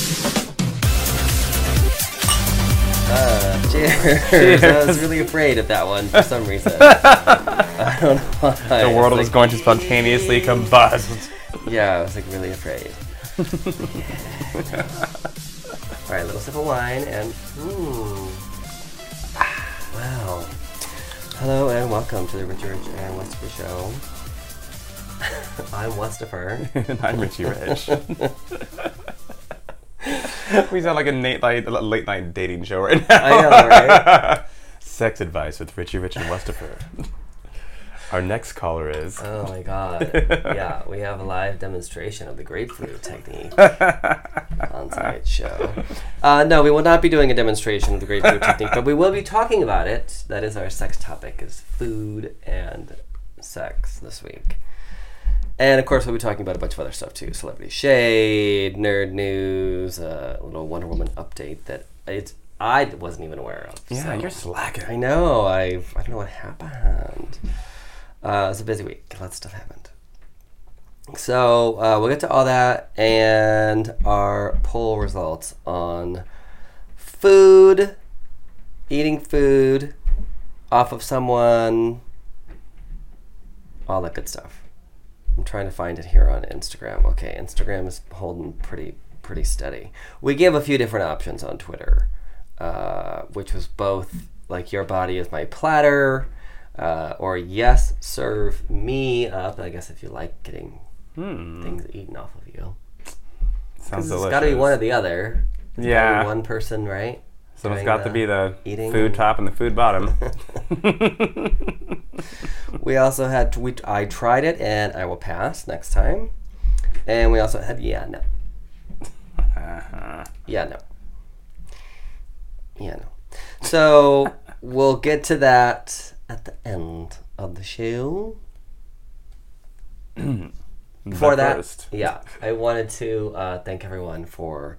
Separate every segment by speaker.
Speaker 1: Cheers. I was really afraid of that one for some reason. I don't know why.
Speaker 2: The
Speaker 1: It's
Speaker 2: world
Speaker 1: like,
Speaker 2: is going to spontaneously combust.
Speaker 1: Yeah, I was like really afraid. All right, a little sip of wine and. Mmm. Wow. Hello and welcome to the Richard and Westphal Show. I'm Westphal.
Speaker 2: and I'm Richie Rich. we sound like a late night, a late night dating show right now.
Speaker 1: I know, right?
Speaker 2: Sex advice with Richie Rich and Westifer. Our next caller is.
Speaker 1: Oh my god. Yeah, we have a live demonstration of the grapefruit technique on tonight's show. Uh, no, we will not be doing a demonstration of the grapefruit technique, but we will be talking about it. That is our sex topic is food and sex this week. And of course, we'll be talking about a bunch of other stuff too: celebrity shade, nerd news, uh, a little Wonder Woman update that it's I wasn't even aware of.
Speaker 2: yeah,
Speaker 1: so-
Speaker 2: you're slacking.
Speaker 1: I know. I I don't know what happened. Uh, it was a busy week. A lot of stuff happened. So uh, we'll get to all that and our poll results on food, eating food off of someone, all that good stuff. I'm trying to find it here on Instagram. Okay, Instagram is holding pretty pretty steady. We gave a few different options on Twitter, uh, which was both like your body is my platter, uh, or yes, serve me up. I guess if you like getting things eaten off of you,
Speaker 2: Hmm. Sounds
Speaker 1: it's
Speaker 2: delicious.
Speaker 1: got to be one or the other. It's gotta be
Speaker 2: Yeah.
Speaker 1: one person, right?
Speaker 2: so it's
Speaker 1: doing
Speaker 2: got
Speaker 1: the
Speaker 2: to be the
Speaker 1: eating
Speaker 2: food
Speaker 1: and-
Speaker 2: top and the food bottom.
Speaker 1: We also had we, I tried it and I will pass next time, and we also had yeah no.
Speaker 2: Uh-huh.
Speaker 1: Yeah, no. Yeah, no. So we'll get to that at the end of the show. For
Speaker 2: But
Speaker 1: that,
Speaker 2: first,
Speaker 1: yeah, I wanted to uh, thank everyone for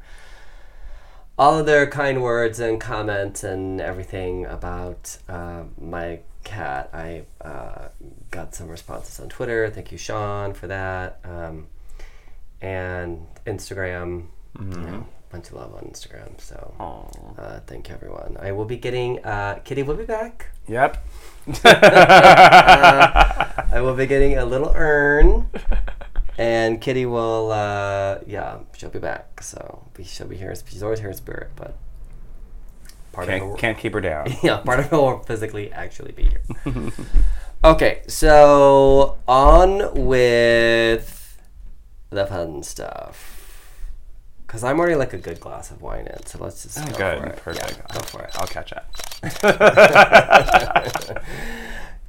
Speaker 1: all of their kind words and comments and everything about uh, my cat. I uh, got some responses on Twitter. Thank you, Sean, for that. Um, and Instagram. You know, bunch of love on Instagram. So
Speaker 2: Aw.
Speaker 1: uh, thank you, everyone. I will be getting uh, Kitty. will be back. Uh,
Speaker 2: Yep.
Speaker 1: I will be getting a little urn, and Kitty will. Uh, yeah, she'll be back. So we- she'll be here. She's always here in spirit, but part of her
Speaker 2: Can't, can't keep her down.
Speaker 1: yeah, part of it will physically actually be here. okay, so on with the fun stuff. Because I'm already like a good glass of wine in, so let's just go
Speaker 2: Good.
Speaker 1: for it.
Speaker 2: Perfect.
Speaker 1: Yeah, go for it.
Speaker 2: I'll catch up.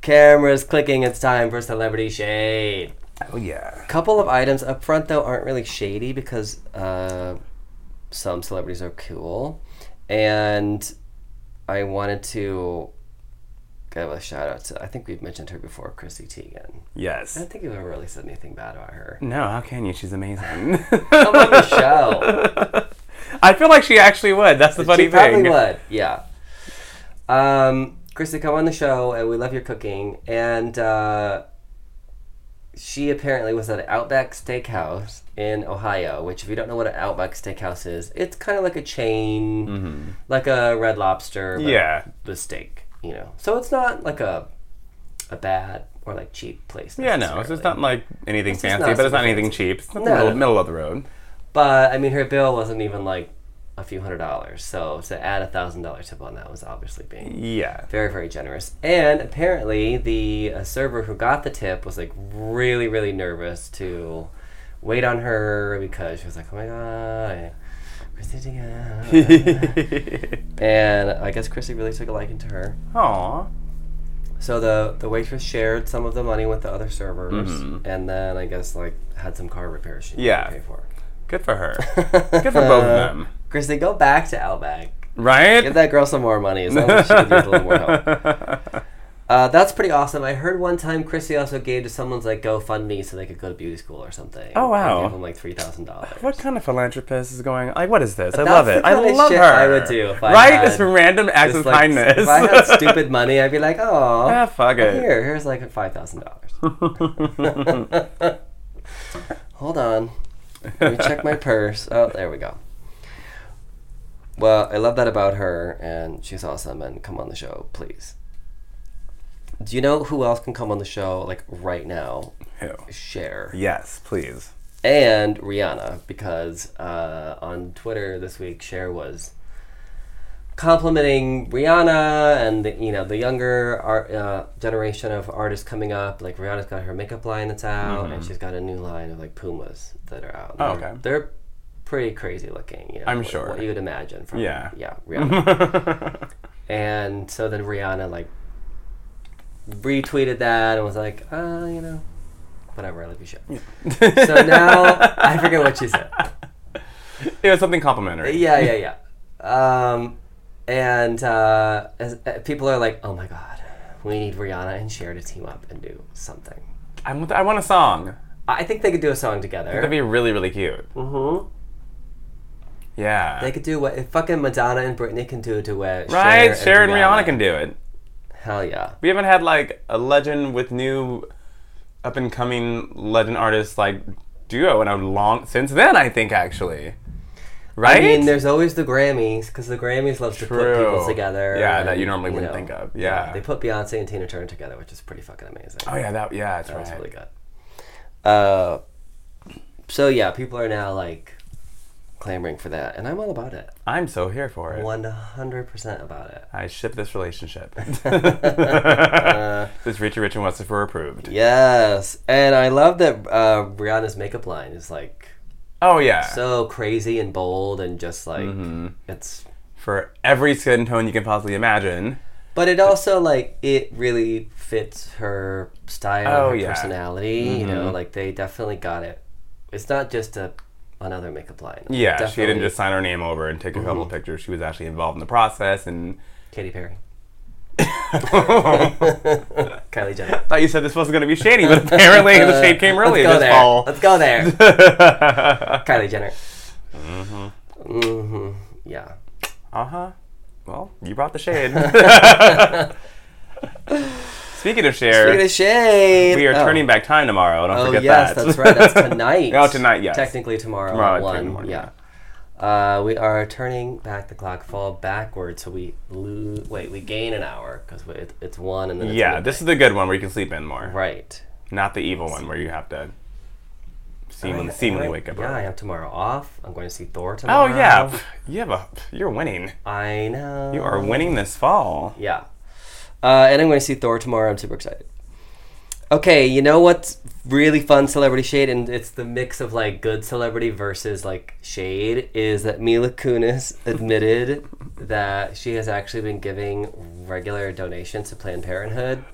Speaker 1: Cameras clicking, it's time for celebrity shade.
Speaker 2: Oh yeah.
Speaker 1: couple of items up front though aren't really shady because uh, some celebrities are cool and i wanted to give a shout out to i think we've mentioned her before chrissy teigen i
Speaker 2: Yes.
Speaker 1: don't think you've ever really said anything bad about her
Speaker 2: No, how can you? She's amazing.
Speaker 1: come on the show
Speaker 2: I feel like she actually would. That's the funny
Speaker 1: she probably
Speaker 2: thing.
Speaker 1: would yeah um, chrissy come on the show and we love your cooking and uh, she apparently was at Outback Steakhouse in Ohio, which, if you don't know what an Outback Steakhouse is, it's kind of like a chain, like a Red Lobster, but
Speaker 2: Mm-hmm. Yeah.
Speaker 1: with steak, you know. So it's not like a a bad or like cheap place.
Speaker 2: Yeah, no, it's just
Speaker 1: necessarily.
Speaker 2: not like anything
Speaker 1: just
Speaker 2: fancy,
Speaker 1: not
Speaker 2: but it's not
Speaker 1: super
Speaker 2: anything cheap. It's not
Speaker 1: No,
Speaker 2: the middle,
Speaker 1: no.
Speaker 2: middle of the road.
Speaker 1: But I mean, her bill wasn't even like a few hundred dollars, so to add a thousand dollar tip on that was obviously being
Speaker 2: Yeah.
Speaker 1: very very generous and apparently the uh, server who got the tip was like really really nervous to wait on her because she was like oh my god Chrissy Teigen." and i guess chrissy really took a liking to her
Speaker 2: Aw.
Speaker 1: so the the waitress shared some of the money with the other servers and then i guess like had some car repairs she needed
Speaker 2: Mm-hmm. Yeah.
Speaker 1: to pay for
Speaker 2: Good for her. Good for both of them.
Speaker 1: chrissy go back to outback Give
Speaker 2: Right?
Speaker 1: that girl some more money. As long as she could use a little more help. Uh, that's pretty awesome. I heard one time Chrissy also gave to someone's like GoFundMe so they could go to beauty school or something.
Speaker 2: Oh, wow.
Speaker 1: And give them like three thousand dollars.
Speaker 2: What kind of philanthropist is going like what is this? I
Speaker 1: That's
Speaker 2: love
Speaker 1: the
Speaker 2: it. I
Speaker 1: kind of
Speaker 2: love
Speaker 1: shit
Speaker 2: her.
Speaker 1: I would do if I
Speaker 2: right?
Speaker 1: had
Speaker 2: Just random acts of kindness.
Speaker 1: If I had stupid money, I'd be like, oh,
Speaker 2: Ah, fuck it.
Speaker 1: Here, here's like five thousand dollars. Hold on, let me check my purse. Oh, there we go. Well, I love that about her, and she's awesome. And come on the show, please. Do you know who else can come on the show like right now?
Speaker 2: Who?
Speaker 1: Cher
Speaker 2: Yes, please.
Speaker 1: and Rihanna, because uh, on Twitter this week, Cher was complimenting Rihanna and the, you know the younger art, uh, generation of artists coming up. Like Rihanna's got her makeup line that's out, and she's got a new line of like Pumas that are out.
Speaker 2: Mm-hmm. Oh,
Speaker 1: They're-
Speaker 2: okay.
Speaker 1: they're pretty crazy looking. You know,
Speaker 2: I'm
Speaker 1: what-
Speaker 2: sure.
Speaker 1: what you'd imagine from
Speaker 2: Yeah.
Speaker 1: yeah Rihanna. And so then Rihanna like retweeted that and was like, uh, you know, whatever, I love you, shit. so now I forget what she said.
Speaker 2: It was something complimentary.
Speaker 1: Yeah, yeah, yeah. Um, and uh, as, uh, people are like, oh my god, we need Rihanna and Cher to team up and do something.
Speaker 2: I want, I want a song.
Speaker 1: I think they could do a song together.
Speaker 2: That'd be really, really cute.
Speaker 1: mm-hmm.
Speaker 2: Yeah.
Speaker 1: They could do what if fucking Madonna and Britney can do a duet.
Speaker 2: right? Cher and Rihanna can do it.
Speaker 1: Hell yeah.
Speaker 2: We haven't had like a legend with new up and coming legend artists like duo in a long since then, I think actually. Right?
Speaker 1: I mean, there's always the Grammys because the Grammys loves to put people
Speaker 2: True.
Speaker 1: together.
Speaker 2: Yeah,
Speaker 1: and,
Speaker 2: that you normally wouldn't think of. Yeah.
Speaker 1: they put Beyonce and Tina Turner together, which is pretty fucking amazing.
Speaker 2: oh yeah, that yeah, that's
Speaker 1: That's
Speaker 2: right.
Speaker 1: really good. Uh, so yeah, people are now like clamoring for that, and I'm all about it.
Speaker 2: I'm so here for it.
Speaker 1: One hundred percent about it.
Speaker 2: I ship this relationship.
Speaker 1: Uh,
Speaker 2: this Richie Rich and Westifer approved.
Speaker 1: Yes, and I love that uh, Rihanna's makeup line is like
Speaker 2: Oh yeah.
Speaker 1: so crazy and bold and just like
Speaker 2: Mm-hmm.
Speaker 1: it's.
Speaker 2: for every skin tone you can possibly imagine.
Speaker 1: But it also like it really fits her style, and
Speaker 2: Oh,
Speaker 1: her
Speaker 2: yeah. Mm-hmm.
Speaker 1: personality. You know, like they definitely got it. It's not just a another makeup line.
Speaker 2: Yeah, she
Speaker 1: Definitely Mm-hmm.
Speaker 2: didn't just sign her name over and take a couple pictures. She was actually involved in the process and
Speaker 1: Katy Perry. Kylie Jenner.
Speaker 2: thought you said this wasn't going to be shady, but apparently the shade came early
Speaker 1: Uh, Let's go
Speaker 2: this
Speaker 1: there.
Speaker 2: fall.
Speaker 1: Let's go there. Kylie Jenner. Mm-hmm. Mm-hmm. Yeah.
Speaker 2: Uh huh. Well, you brought the shade. Speaking of share,
Speaker 1: Look at the shade.
Speaker 2: we are
Speaker 1: Oh.
Speaker 2: turning back time tomorrow. Don't
Speaker 1: Oh
Speaker 2: forget
Speaker 1: yes,
Speaker 2: that.
Speaker 1: that's right. That's tonight.
Speaker 2: Oh, tonight, yes.
Speaker 1: Technically tomorrow.
Speaker 2: Tomorrow
Speaker 1: at
Speaker 2: at 10 in
Speaker 1: one.
Speaker 2: the morning,
Speaker 1: yeah. Uh, we are turning back the clock, fall backward, so we lose. Wait, we gain an hour because it, it's one and then it's
Speaker 2: yeah,
Speaker 1: midnight.
Speaker 2: this is the good one where you can sleep in more,
Speaker 1: right.
Speaker 2: not the evil one where you have to seemingly, seemingly wake up.
Speaker 1: Yeah, I
Speaker 2: early.
Speaker 1: have tomorrow off. I'm going to see Thor
Speaker 2: Oh
Speaker 1: tomorrow.
Speaker 2: yeah, pff, you have a you're winning.
Speaker 1: I know.
Speaker 2: You are winning this fall.
Speaker 1: Yeah. Uh, and I'm going to see Thor tomorrow. I'm super excited. Okay, you know what's really fun celebrity shade, and it's the mix of like good celebrity versus like shade, is that Mila Kunis admitted that she has actually been giving regular donations to Planned Parenthood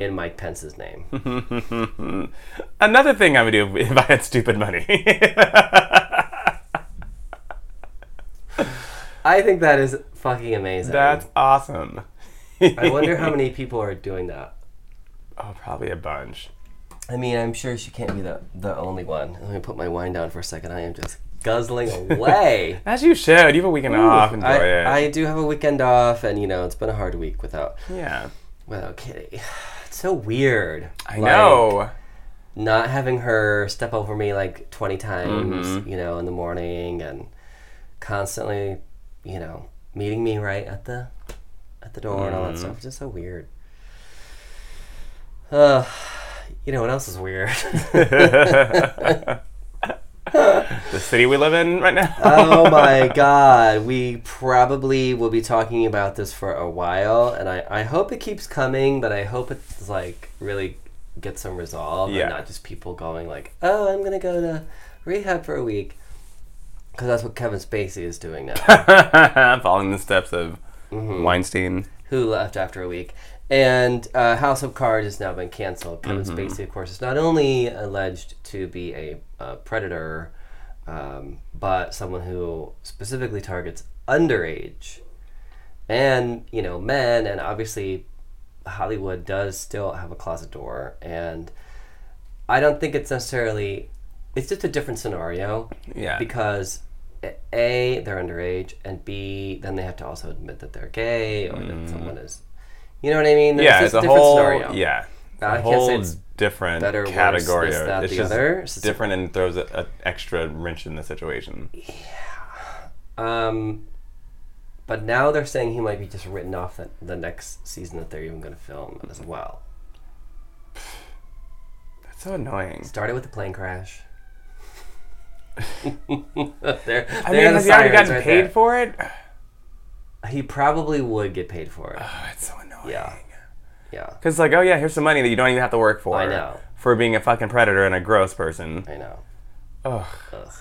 Speaker 1: in Mike Pence's name.
Speaker 2: Another thing I would do if I had stupid money.
Speaker 1: I think that is fucking amazing.
Speaker 2: That's awesome.
Speaker 1: I wonder how many people are doing that.
Speaker 2: Oh, probably a bunch.
Speaker 1: I mean, I'm sure she can't be the, the only one. Let me put my wine down for a second. I am just guzzling away.
Speaker 2: As you should. You have a weekend off. Enjoy
Speaker 1: Ah, I,
Speaker 2: it.
Speaker 1: I do have a weekend off, and you know it's been a hard week without
Speaker 2: yeah.
Speaker 1: without Kitty. It's so weird.
Speaker 2: I know.
Speaker 1: Not having her step over me like twenty times,
Speaker 2: Mm-hmm.
Speaker 1: you know, in the morning, and constantly, you know, meeting me right at the at the door and all
Speaker 2: Mm-hmm.
Speaker 1: that stuff. It's just so weird. Uh, you know what else is weird?
Speaker 2: The city we live in right now.
Speaker 1: oh my god we probably will be talking about this for a while and I, I hope it keeps coming but i hope it's like really get some resolve
Speaker 2: Yeah.
Speaker 1: and not just people going like oh i'm gonna go to rehab for a week because that's what kevin spacey is doing now
Speaker 2: Following the steps of
Speaker 1: Mm-hmm.
Speaker 2: Weinstein.
Speaker 1: who left after a week and uh, house of cards has now been canceled kevin spacey of course is not only alleged to be a uh, predator um, but someone who specifically targets underage and you know men and obviously hollywood does still have a closet door and i don't think it's necessarily it's just a different scenario
Speaker 2: Yeah.
Speaker 1: because a they're underage and b then they have to also admit that they're gay or that someone is you know what i mean
Speaker 2: Mm. yeah, it's
Speaker 1: just
Speaker 2: a
Speaker 1: different
Speaker 2: whole.
Speaker 1: scenario.
Speaker 2: Yeah. It's
Speaker 1: I
Speaker 2: a
Speaker 1: can't say
Speaker 2: whole
Speaker 1: it's
Speaker 2: different
Speaker 1: better, worse,
Speaker 2: category.
Speaker 1: this,
Speaker 2: of-
Speaker 1: that,
Speaker 2: it's
Speaker 1: the
Speaker 2: just
Speaker 1: other. It's just-
Speaker 2: different and throws an extra wrench in the situation.
Speaker 1: um But now they're saying he might be just written off the, the next season that they're even going to film as well.
Speaker 2: That's so annoying.
Speaker 1: Started with the plane crash. there, there
Speaker 2: I
Speaker 1: are
Speaker 2: mean,
Speaker 1: the
Speaker 2: has he already
Speaker 1: sirens
Speaker 2: gotten
Speaker 1: right
Speaker 2: paid
Speaker 1: there.
Speaker 2: for it?
Speaker 1: He probably would get paid for it.
Speaker 2: Oh, it's so annoying.
Speaker 1: Yeah. Yeah,
Speaker 2: Because like, oh yeah, here's some money that you don't even have to work for.
Speaker 1: I know.
Speaker 2: For being a fucking predator and a gross person.
Speaker 1: I know.
Speaker 2: Ugh.
Speaker 1: Ugh.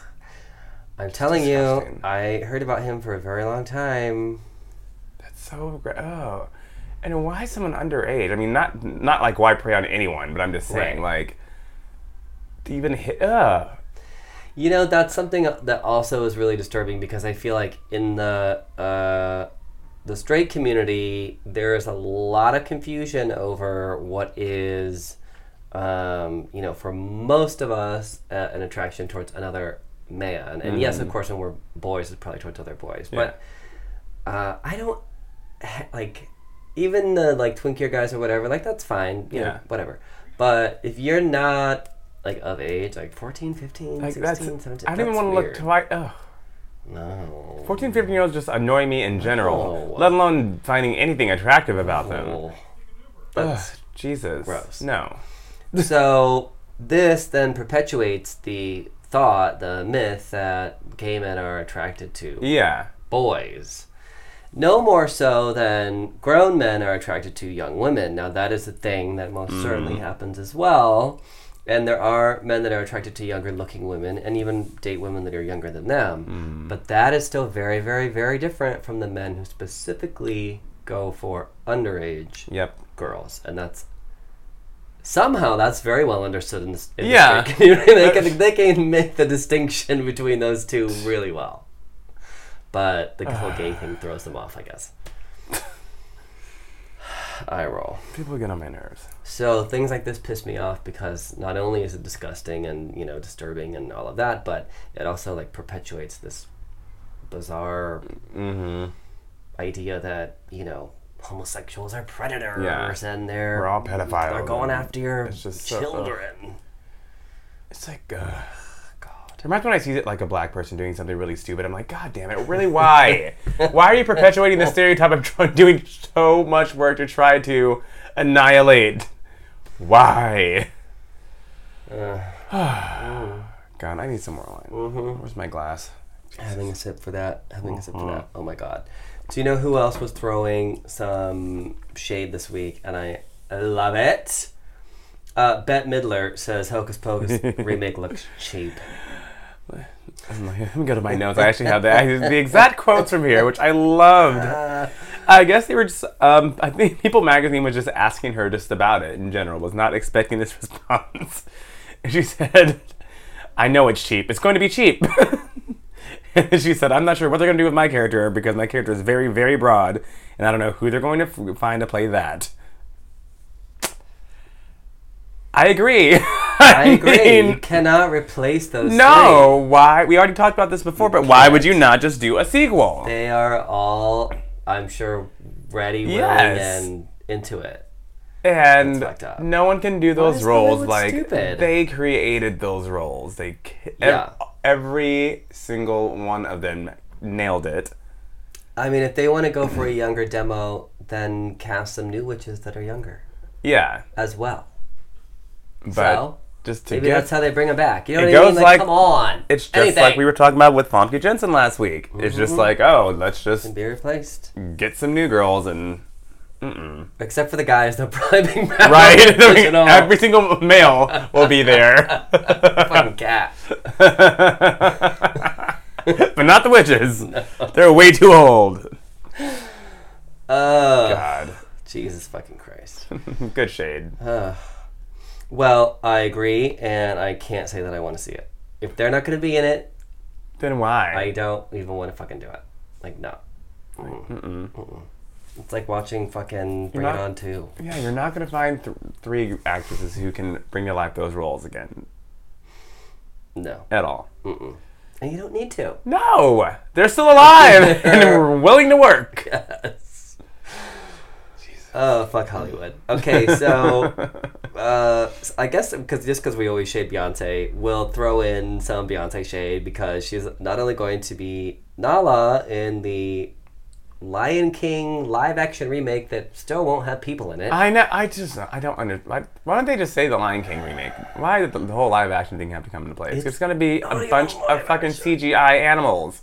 Speaker 1: I'm telling
Speaker 2: disgusting.
Speaker 1: you, I heard about him for a very long time.
Speaker 2: That's so gr- oh. And why is someone underage? I mean, not not like why prey on anyone, but I'm just saying like, to even hit. Uh,
Speaker 1: You know, that's something that also is really disturbing because I feel like in the uh, the straight community, there is a lot of confusion over what is, um, you know, for most of us, uh, an attraction towards another man. And yes, of course, when we're boys, it's probably towards other boys. But uh, I don't ha- like even the like twinkier guys or whatever. Like that's fine, you
Speaker 2: Yeah.
Speaker 1: know, whatever. But if you're not like of age, like 14, 15,
Speaker 2: like
Speaker 1: 16,
Speaker 2: that's.
Speaker 1: 17.
Speaker 2: I don't even
Speaker 1: that's
Speaker 2: want to look
Speaker 1: weird.
Speaker 2: twice. Ugh.
Speaker 1: No.
Speaker 2: 14, 15 year olds just annoy me in general,
Speaker 1: No.
Speaker 2: let alone finding anything attractive about them.
Speaker 1: Oh.
Speaker 2: Ugh,
Speaker 1: That's-
Speaker 2: Jesus.
Speaker 1: gross.
Speaker 2: No.
Speaker 1: so this then perpetuates the thought, the myth that gay men are attracted to
Speaker 2: Yeah.
Speaker 1: boys. No more so than grown men are attracted to young women. Now, that is a thing that most certainly happens as well. And there are men that are attracted to younger looking women and even date women that are younger than them. But that is still very, very, very different from the men who specifically go for underage
Speaker 2: Yep.
Speaker 1: girls. And that's somehow that's very well understood in this in the
Speaker 2: Yeah.
Speaker 1: straight community. they, can, they can make the distinction between those two really well. But the whole gay thing throws them off, I guess. I roll.
Speaker 2: People get on my nerves.
Speaker 1: So things like this piss me off because not only is it disgusting and you know disturbing and all of that, but it also like perpetuates this bizarre
Speaker 2: Mm-hmm.
Speaker 1: idea that you know homosexuals are predators and they're
Speaker 2: We're all pedophiles
Speaker 1: They're going
Speaker 2: and
Speaker 1: after your
Speaker 2: it's just so- uh,
Speaker 1: children.
Speaker 2: It's like, uh,
Speaker 1: God.
Speaker 2: it reminds me when I see that, like a black person doing something really stupid. I'm like, God damn it, really? Why? why are you perpetuating the stereotype of tr- doing so much work to try to annihilate? Why? God, I need some more wine.
Speaker 1: Mm-hmm.
Speaker 2: Where's my glass?
Speaker 1: Having a sip for that. Having a sip for that.
Speaker 2: Mm-hmm.
Speaker 1: Oh my god. Do you know who else was throwing some shade this week? And I love it. Uh, Bette Midler says Hocus Pocus remake looks cheap.
Speaker 2: I'm like, let me go to Oh, my notes. I actually have the, I have the exact quotes from here, which I loved. I guess they were just, um, I think People Magazine was just asking her just about it in general, was not expecting this response. And she said, I know it's cheap. It's going to be cheap. and she said, I'm not sure what they're going to do with my character because my character is very, very broad, and I don't know who they're going to f- find to play that. I agree.
Speaker 1: I agree. you
Speaker 2: mean-
Speaker 1: cannot replace those. three.
Speaker 2: no, why? We already talked about this before, but why would you not just do a sequel?
Speaker 1: They are all, I'm sure, ready, willing,
Speaker 2: Yes.
Speaker 1: and into it.
Speaker 2: And
Speaker 1: fucked up.
Speaker 2: no one can do those
Speaker 1: is
Speaker 2: roles
Speaker 1: Hollywood
Speaker 2: like
Speaker 1: stupid?
Speaker 2: they created those roles. They ki- ev-
Speaker 1: Yeah.
Speaker 2: every single one of them nailed it.
Speaker 1: I mean, if they want to go for a younger demo, then cast some new witches that are younger
Speaker 2: Yeah,
Speaker 1: as well.
Speaker 2: but
Speaker 1: So,
Speaker 2: just to
Speaker 1: Maybe
Speaker 2: get
Speaker 1: that's how they bring them back. You know
Speaker 2: It
Speaker 1: what I mean?
Speaker 2: goes
Speaker 1: Like,
Speaker 2: like-
Speaker 1: come on.
Speaker 2: it's just
Speaker 1: Anything. Mm-hmm.
Speaker 2: like we were talking about with Fomke Jensen last week. It's just like oh, let's just
Speaker 1: Be replaced.
Speaker 2: get some new girls and
Speaker 1: Except for the guys, they'll probably be back.
Speaker 2: right.
Speaker 1: Original.
Speaker 2: every single male will be there,
Speaker 1: fucking cat.
Speaker 2: but not the witches. They're way too old.
Speaker 1: Oh,
Speaker 2: God.
Speaker 1: Jesus fucking Christ.
Speaker 2: Good shade.
Speaker 1: Well, I agree, and I can't say that I want to see it. If they're not going to be in it,
Speaker 2: Then why?
Speaker 1: I don't even want to fucking do it. Like, no. Mm. Mm-mm. It's like watching fucking Bring
Speaker 2: not-
Speaker 1: It On 2.
Speaker 2: yeah, you're not gonna find th- three actresses who can bring to life those roles again
Speaker 1: No.
Speaker 2: at all.
Speaker 1: And you don't need to.
Speaker 2: No, they're still alive and we're willing to work.
Speaker 1: Oh, fuck Hollywood. Okay, so uh, s- I guess because just because we always shade Beyonce, we'll throw in some Beyonce shade because she's not only going to be Nala in the Lion King live action remake that still won't have people in it.
Speaker 2: I know. I just I don't under. Why, why don't they just say the Lion King remake? Why did the, the whole live action thing have to come into place? It's, gonna be
Speaker 1: not
Speaker 2: a
Speaker 1: even
Speaker 2: bunch of
Speaker 1: live
Speaker 2: fucking
Speaker 1: action.
Speaker 2: CGI animals.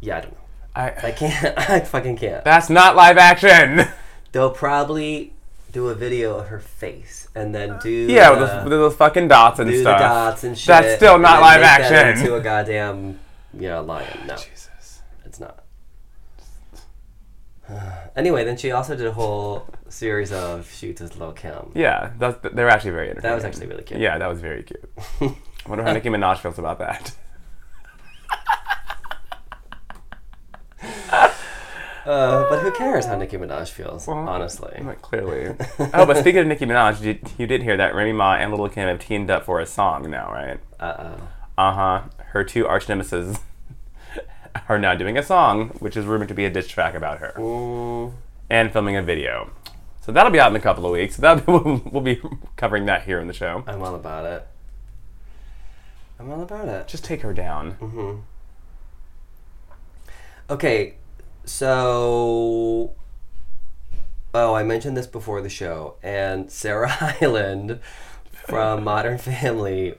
Speaker 1: yeah, I don't know. I
Speaker 2: I,
Speaker 1: can't. I fucking can't.
Speaker 2: that's not live action.
Speaker 1: They'll probably do a video of her face and then do
Speaker 2: Yeah, with
Speaker 1: the,
Speaker 2: those, with those fucking dots and
Speaker 1: do
Speaker 2: stuff.
Speaker 1: the dots and shit.
Speaker 2: That's still
Speaker 1: and
Speaker 2: not
Speaker 1: then
Speaker 2: live
Speaker 1: make that
Speaker 2: action.
Speaker 1: Into a goddamn you know, lion. No,
Speaker 2: Jesus.
Speaker 1: it's not. anyway, then she also did a whole series of shoots with Lil Kim.
Speaker 2: Yeah, that's, they're actually very entertaining.
Speaker 1: That was actually really cute.
Speaker 2: Yeah, that was very cute. I wonder how Nicki Minaj feels about that.
Speaker 1: Uh, but who cares how Nicki Minaj feels?
Speaker 2: Well,
Speaker 1: honestly,
Speaker 2: Like, clearly. oh, but speaking of Nicki Minaj, you, you did hear that Remy Ma and Little Kim have teamed up for a song now, right?
Speaker 1: uh oh.
Speaker 2: Uh huh. Her two arch nemesis are now doing a song, which is rumored to be a diss track about her, Mm. and filming a video. So that'll be out in a couple of weeks. That we'll, we'll be covering that here in the show.
Speaker 1: I'm all about it. I'm all about it.
Speaker 2: Just take her down.
Speaker 1: Mm-hmm. Okay, so oh, I mentioned this before the show, and Sarah Hyland from Modern Family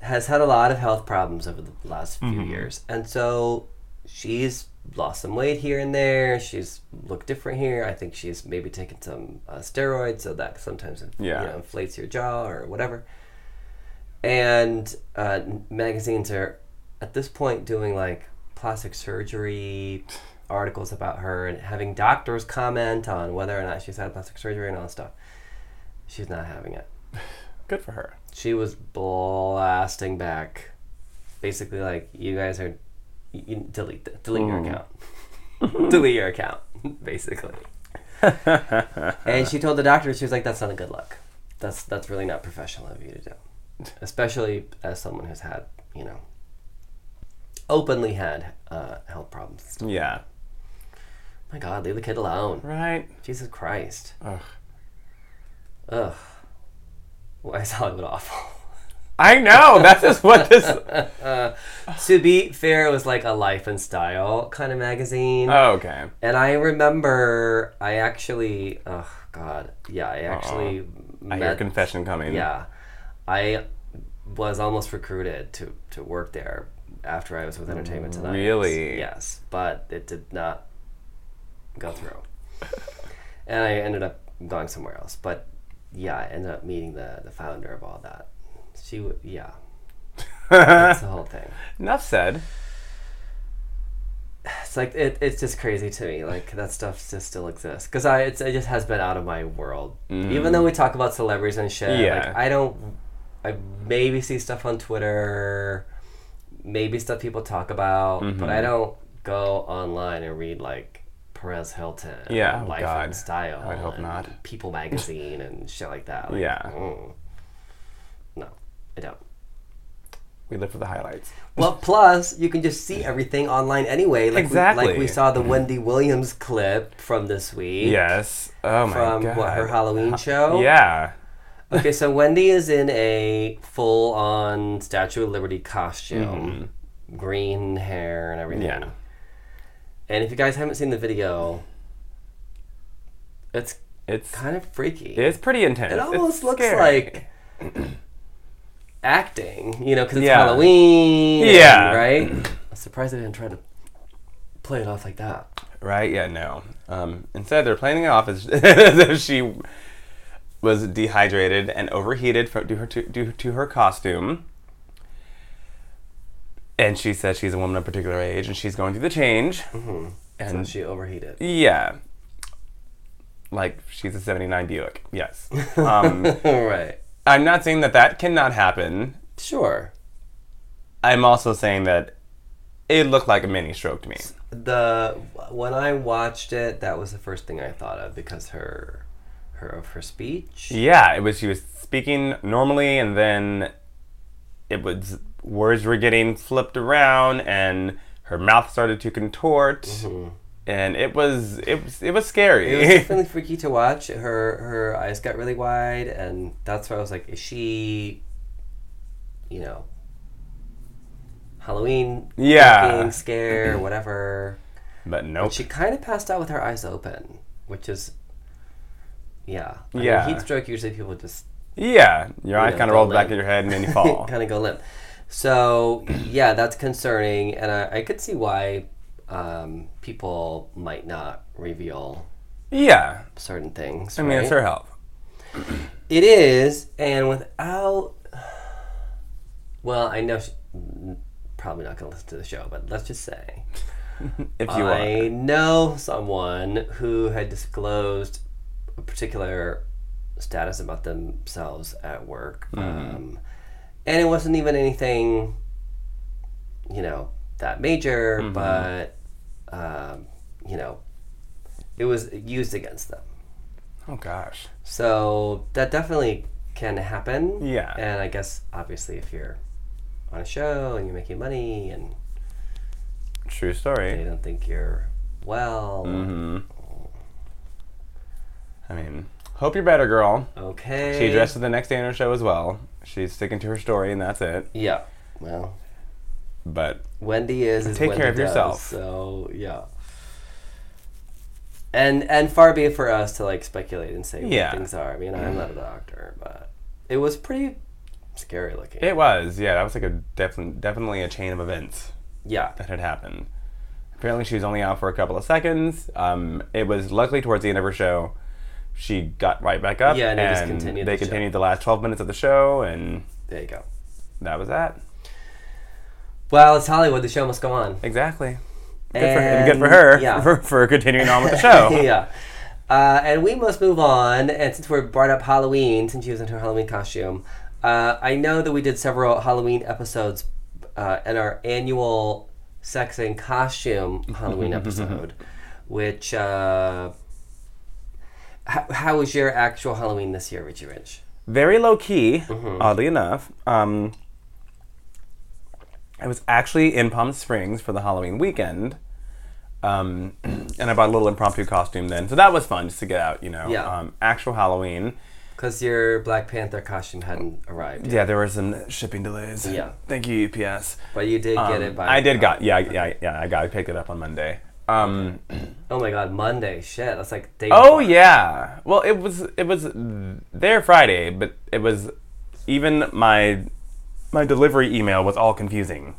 Speaker 1: has had a lot of health problems over the last few years, and so she's lost some weight here and there. She's looked different here. I think she's maybe taken some uh, steroids, so that sometimes
Speaker 2: Yeah.
Speaker 1: you know, inflates your jaw or whatever. And uh, magazines are at this point doing like plastic surgery articles about her and having doctors comment on whether or not she's had plastic surgery and all that stuff. She's not having it.
Speaker 2: Good for her.
Speaker 1: She was blasting back, basically like you guys are, you, you- delete th- delete your account, delete your account, basically. and she told the doctor she was like, "That's not a good look. That's that's really not professional of you to do, especially as someone who's had you know, openly had uh, health problems. and stuff."
Speaker 2: Yeah.
Speaker 1: My God, leave the kid alone.
Speaker 2: Right.
Speaker 1: Jesus Christ.
Speaker 2: Ugh.
Speaker 1: Ugh. Why is Hollywood awful?
Speaker 2: I know. That's just what this.
Speaker 1: to be fair, it was like a life and style kind of magazine.
Speaker 2: Oh, okay.
Speaker 1: and I remember I actually, oh God, yeah, I actually
Speaker 2: I
Speaker 1: met.
Speaker 2: hear confession coming.
Speaker 1: yeah, I was almost recruited to to work there after I was with Entertainment Tonight.
Speaker 2: Really?
Speaker 1: Yes, but it did not go through, and I ended up going somewhere else. But yeah, I ended up meeting the the founder of all that. She, w- yeah, that's the whole thing.
Speaker 2: Enough said.
Speaker 1: It's like it, it's just crazy to me. Like that stuff just still exists because I it's, it just has been out of my world. Even though we talk about celebrities and shit,
Speaker 2: Mm. Yeah.
Speaker 1: like I don't. I maybe see stuff on Twitter, maybe stuff people talk about, but
Speaker 2: Mm-hmm.
Speaker 1: I don't go online and read like Perez Hilton, and
Speaker 2: Yeah, oh
Speaker 1: Life
Speaker 2: God.
Speaker 1: and Style,
Speaker 2: I would hope
Speaker 1: and
Speaker 2: not.
Speaker 1: People magazine and shit like that. Like,
Speaker 2: Yeah.
Speaker 1: mm. no, I don't.
Speaker 2: We live for the highlights.
Speaker 1: Well, plus you can just see everything online anyway. Like We, like
Speaker 2: Exactly. Mm-hmm.
Speaker 1: we saw the Wendy Williams clip from this week.
Speaker 2: Yes. Oh my
Speaker 1: From
Speaker 2: god. Uh-huh.
Speaker 1: what her Halloween show.
Speaker 2: yeah.
Speaker 1: Okay, so Wendy is in a full-on Statue of Liberty costume, green hair and everything.
Speaker 2: Mm-hmm. Yeah.
Speaker 1: And if you guys haven't seen the video, it's
Speaker 2: It's
Speaker 1: kind of freaky.
Speaker 2: it's pretty intense.
Speaker 1: It
Speaker 2: It's
Speaker 1: almost looks
Speaker 2: scary.
Speaker 1: like acting, you know, because it's
Speaker 2: Yeah.
Speaker 1: Halloween. and-
Speaker 2: Yeah.
Speaker 1: right? I'm surprised they didn't try to play it off like that.
Speaker 2: Right? Yeah, no. Um, instead, they're playing it off as, as if she was dehydrated and overheated from, due, her, to, due to her costume. And she says she's a woman of particular age and she's going through the change.
Speaker 1: And
Speaker 2: And
Speaker 1: she overheated.
Speaker 2: yeah. Like she's a 79 Buick. Yes. Um,
Speaker 1: right.
Speaker 2: I'm not saying that that cannot happen.
Speaker 1: Sure.
Speaker 2: I'm also saying that it looked like a mini stroke to me.
Speaker 1: The when I watched it, that was the first thing I thought of because her her of her speech.
Speaker 2: Yeah, it was. She was speaking normally, and then it was words were getting flipped around, and her mouth started to contort, and it was it was it was scary.
Speaker 1: Mm-hmm. It was definitely freaky to watch. Her her eyes got really wide, and that's why I was like, is she, you know, Halloween
Speaker 2: Yeah.
Speaker 1: looking scare, whatever?
Speaker 2: But nope.
Speaker 1: She kind of passed out with her eyes open, which is, yeah. I mean,
Speaker 2: Yeah.
Speaker 1: heat stroke usually people just
Speaker 2: yeah, your eye
Speaker 1: know,
Speaker 2: kind
Speaker 1: go
Speaker 2: of rolls back
Speaker 1: limp.
Speaker 2: in your head and then you fall.
Speaker 1: kind of go limp. So yeah, that's concerning, and I, I could see why um, people might not reveal
Speaker 2: yeah,
Speaker 1: certain things.
Speaker 2: I mean it's
Speaker 1: right?
Speaker 2: her health.
Speaker 1: It is, and without. Well, I know she, probably not going to listen to the show, but let's just say
Speaker 2: If you are,
Speaker 1: I know someone who had disclosed a particular status about themselves at work,
Speaker 2: Mm-hmm.
Speaker 1: um, and it wasn't even anything, you know, that major,
Speaker 2: Mm-hmm.
Speaker 1: but um, you know, it was used against them.
Speaker 2: oh gosh,
Speaker 1: So that definitely can happen.
Speaker 2: Yeah.
Speaker 1: And I guess obviously if you're on a show and you're making money and
Speaker 2: true
Speaker 1: they
Speaker 2: story.
Speaker 1: don't think you're well,
Speaker 2: Mm-hmm. I mean, hope you're better, girl.
Speaker 1: okay.
Speaker 2: She addressed it the next day in her show as well. She's sticking to her story and that's it.
Speaker 1: Yeah. Well,
Speaker 2: But
Speaker 1: Wendy is. is
Speaker 2: Take
Speaker 1: Wendy
Speaker 2: care of
Speaker 1: does,
Speaker 2: yourself.
Speaker 1: So yeah. And and far be it for us to like speculate and say
Speaker 2: Yeah. Mm-hmm.
Speaker 1: what things are. I mean, I'm not a doctor, but it was pretty scary looking.
Speaker 2: it was, yeah, that was like a definitely definitely a chain of events.
Speaker 1: yeah.
Speaker 2: that had happened. Apparently, she was only out for a couple of seconds. Um, it was luckily towards the end of her show, she got right back up.
Speaker 1: Yeah, and they just continued
Speaker 2: they
Speaker 1: the show.
Speaker 2: continued the last twelve minutes of the show, and
Speaker 1: There you go.
Speaker 2: that was that.
Speaker 1: Well, it's Hollywood. The show must go on.
Speaker 2: Exactly. Good for her. Good for her
Speaker 1: And- yeah.
Speaker 2: for, for continuing on with the show.
Speaker 1: yeah. Uh, and we must move on. And since we're brought up Halloween, since she was in her Halloween costume, uh, I know that we did several Halloween episodes uh, in our annual Sex and Costume Halloween episode, which. Uh, how, how was your actual Halloween this year, Richie Rich?
Speaker 2: Very low key,
Speaker 1: Mm-hmm.
Speaker 2: oddly enough. Um, I was actually in Palm Springs for the Halloween weekend. Um, and I bought a little impromptu costume then, so that was fun just to get out, you know.
Speaker 1: Yeah.
Speaker 2: Um, actual Halloween.
Speaker 1: Because your Black Panther costume hadn't arrived, yet,
Speaker 2: Yeah, there were some shipping delays.
Speaker 1: Yeah.
Speaker 2: Thank you, UPS.
Speaker 1: but you did get
Speaker 2: Um,
Speaker 1: it by.
Speaker 2: I did got yeah yeah yeah I got I picked it up on Monday. Um,
Speaker 1: Oh my God, Monday! Shit, that's like day.
Speaker 2: oh
Speaker 1: before.
Speaker 2: yeah. Well, it was it was there Friday, but it was even my my delivery email was all confusing.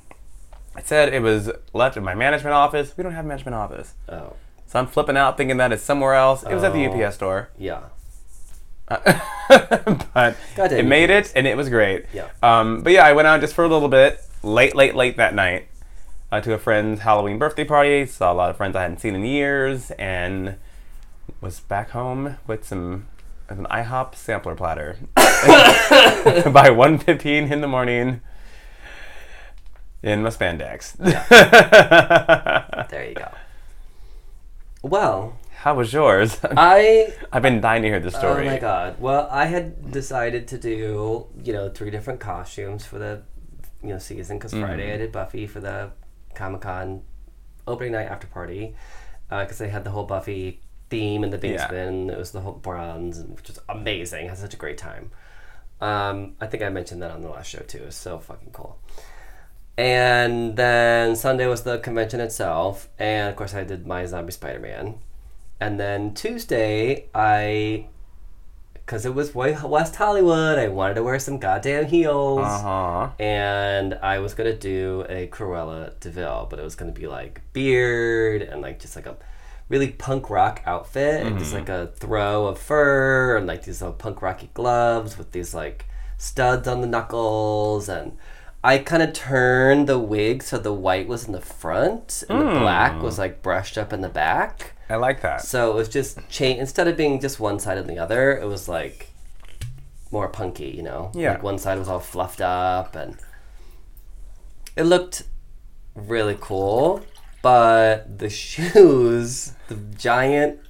Speaker 2: It said it was left in my management office. We don't have a management office,
Speaker 1: Oh
Speaker 2: so I'm flipping out thinking that it's somewhere else. It was at the
Speaker 1: Oh.
Speaker 2: UPS store.
Speaker 1: yeah.
Speaker 2: Uh, but
Speaker 1: Goddamn
Speaker 2: it made it and it was great.
Speaker 1: Yeah.
Speaker 2: Um, but yeah, I went out just for a little bit, late, late, late that night, uh, to a friend's Halloween birthday party. Saw a lot of friends I hadn't seen in years, and was back home with some with an IHOP sampler platter by 1.15 in the morning in my spandex.
Speaker 1: There you go. Well,
Speaker 2: How was yours?
Speaker 1: I
Speaker 2: I've been dying to hear this
Speaker 1: Uh, oh
Speaker 2: story.
Speaker 1: my god. Well, I had decided to do you know three different costumes for the you know season because
Speaker 2: Mm-hmm.
Speaker 1: Friday I did Buffy for the Comic Con opening night after party because they had the whole Buffy theme in the
Speaker 2: Yeah.
Speaker 1: basement. and It was the whole bronze, and- which was amazing. I had such a great time. Um, I think I mentioned that on the last show too. It was so fucking cool. And then Sunday was the convention itself, and of course I did my zombie Spider Man. And then Tuesday, I, because it was Wa- West Hollywood, I wanted to wear some goddamn heels,
Speaker 2: Uh huh.
Speaker 1: and I was gonna do a Cruella Deville, but it was gonna be like beard and like just like a really punk rock outfit, and just like a throw of fur and like these little punk rocky gloves with these like studs on the knuckles and. I kind of turned the wig so the white was in the front and the black was like brushed up in the back.
Speaker 2: I like that.
Speaker 1: So it was just change instead of being just one side and the other, it was like more punky, you know.
Speaker 2: Yeah.
Speaker 1: Like one side was all fluffed up and it looked really cool, but the shoes, the giant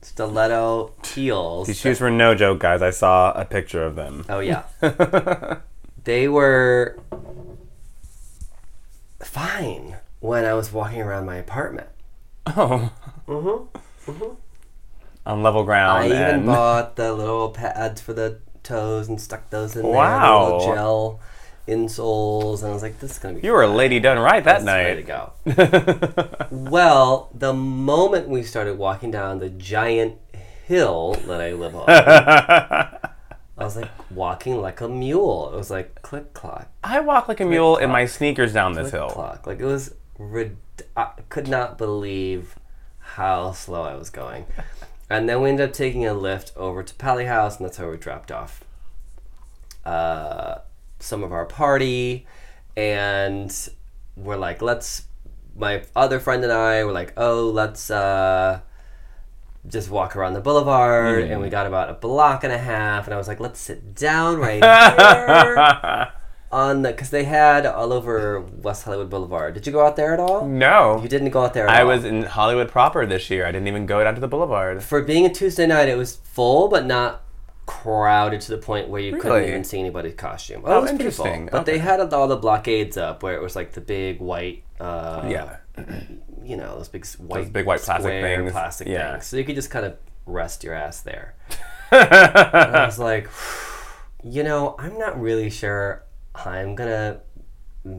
Speaker 1: stiletto heels.
Speaker 2: These shoes were no joke, guys. I saw a picture of them.
Speaker 1: Oh yeah. they were fine when I was walking around my apartment.
Speaker 2: Oh. On level ground.
Speaker 1: I even
Speaker 2: and-
Speaker 1: bought the little pads for the toes and stuck those in there. the
Speaker 2: Wow.
Speaker 1: little gel. insoles, and I was like, "This is gonna be."
Speaker 2: You were a lady done right that
Speaker 1: fun. Ready to
Speaker 2: night.
Speaker 1: go. Well, the moment we started walking down the giant hill that I live on, I was like walking like a mule. It was like click clock,
Speaker 2: I walk like a mule in my sneakers down this
Speaker 1: click
Speaker 2: hill.
Speaker 1: clock. Like it was, rid- I could not believe how slow I was going. And then we ended up taking a lift over to Pally House, and that's how we dropped off uh, some of our party, and we're like, let's. My other friend and I were like, oh, let's uh, just walk around the boulevard, and we got about a block and a half, and I was like, let's sit down right here on the because they had all over West Hollywood Boulevard. Did you go out there at all?
Speaker 2: No.
Speaker 1: You didn't go out there. At
Speaker 2: Mm. I
Speaker 1: all.
Speaker 2: was in Hollywood proper this year. I didn't even go down to the boulevard.
Speaker 1: for being a Tuesday night. It was full, but not crowded to the point where you couldn't
Speaker 2: Really?
Speaker 1: even see anybody's costume.
Speaker 2: Oh,
Speaker 1: it was pretty full.
Speaker 2: interesting.
Speaker 1: But they
Speaker 2: Okay.
Speaker 1: had all the blockades up where it was like the big white, uh,
Speaker 2: Yeah.
Speaker 1: you know, those big s- white,
Speaker 2: big white plastic
Speaker 1: square
Speaker 2: things.
Speaker 1: plastic
Speaker 2: Yeah.
Speaker 1: things. So you could just kind of rest your ass there. and I was like, you know, I'm not really sure I'm gonna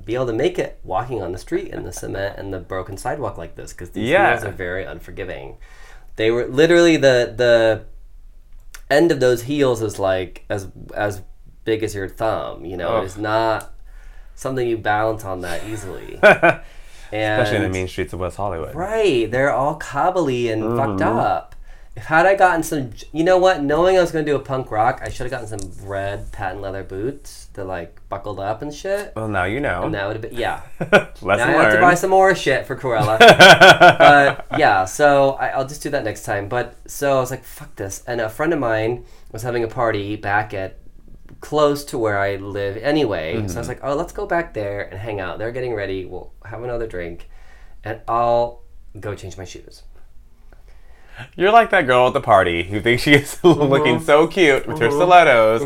Speaker 1: be able to make it walking on the street in the cement and the broken sidewalk like this because these
Speaker 2: Yeah.
Speaker 1: hills are very unforgiving. They were literally the the end of those heels is like as as big as your thumb. You know, it's not something you balance on that easily. and
Speaker 2: Especially in the mean streets of West Hollywood.
Speaker 1: Right. They're all cobbly and fucked up. Had I gotten some, you know what? Knowing I was going to do a punk rock, I should have gotten some red patent leather boots that like buckled up and shit.
Speaker 2: Well, now you know.
Speaker 1: And that would have been, yeah.
Speaker 2: Lesson
Speaker 1: Now I have to
Speaker 2: learned.
Speaker 1: buy some more shit for Cruella. but yeah, so I, I'll just do that next time. But so I was like, fuck this. And a friend of mine was having a party back at close to where I live anyway. So
Speaker 2: Mm-hmm.
Speaker 1: I was like, oh, let's go back there and hang out. They're getting ready. We'll have another drink and I'll go change my shoes.
Speaker 2: You're like that girl at the party who thinks she is looking so
Speaker 1: Uh-huh.
Speaker 2: cute with her stilettos,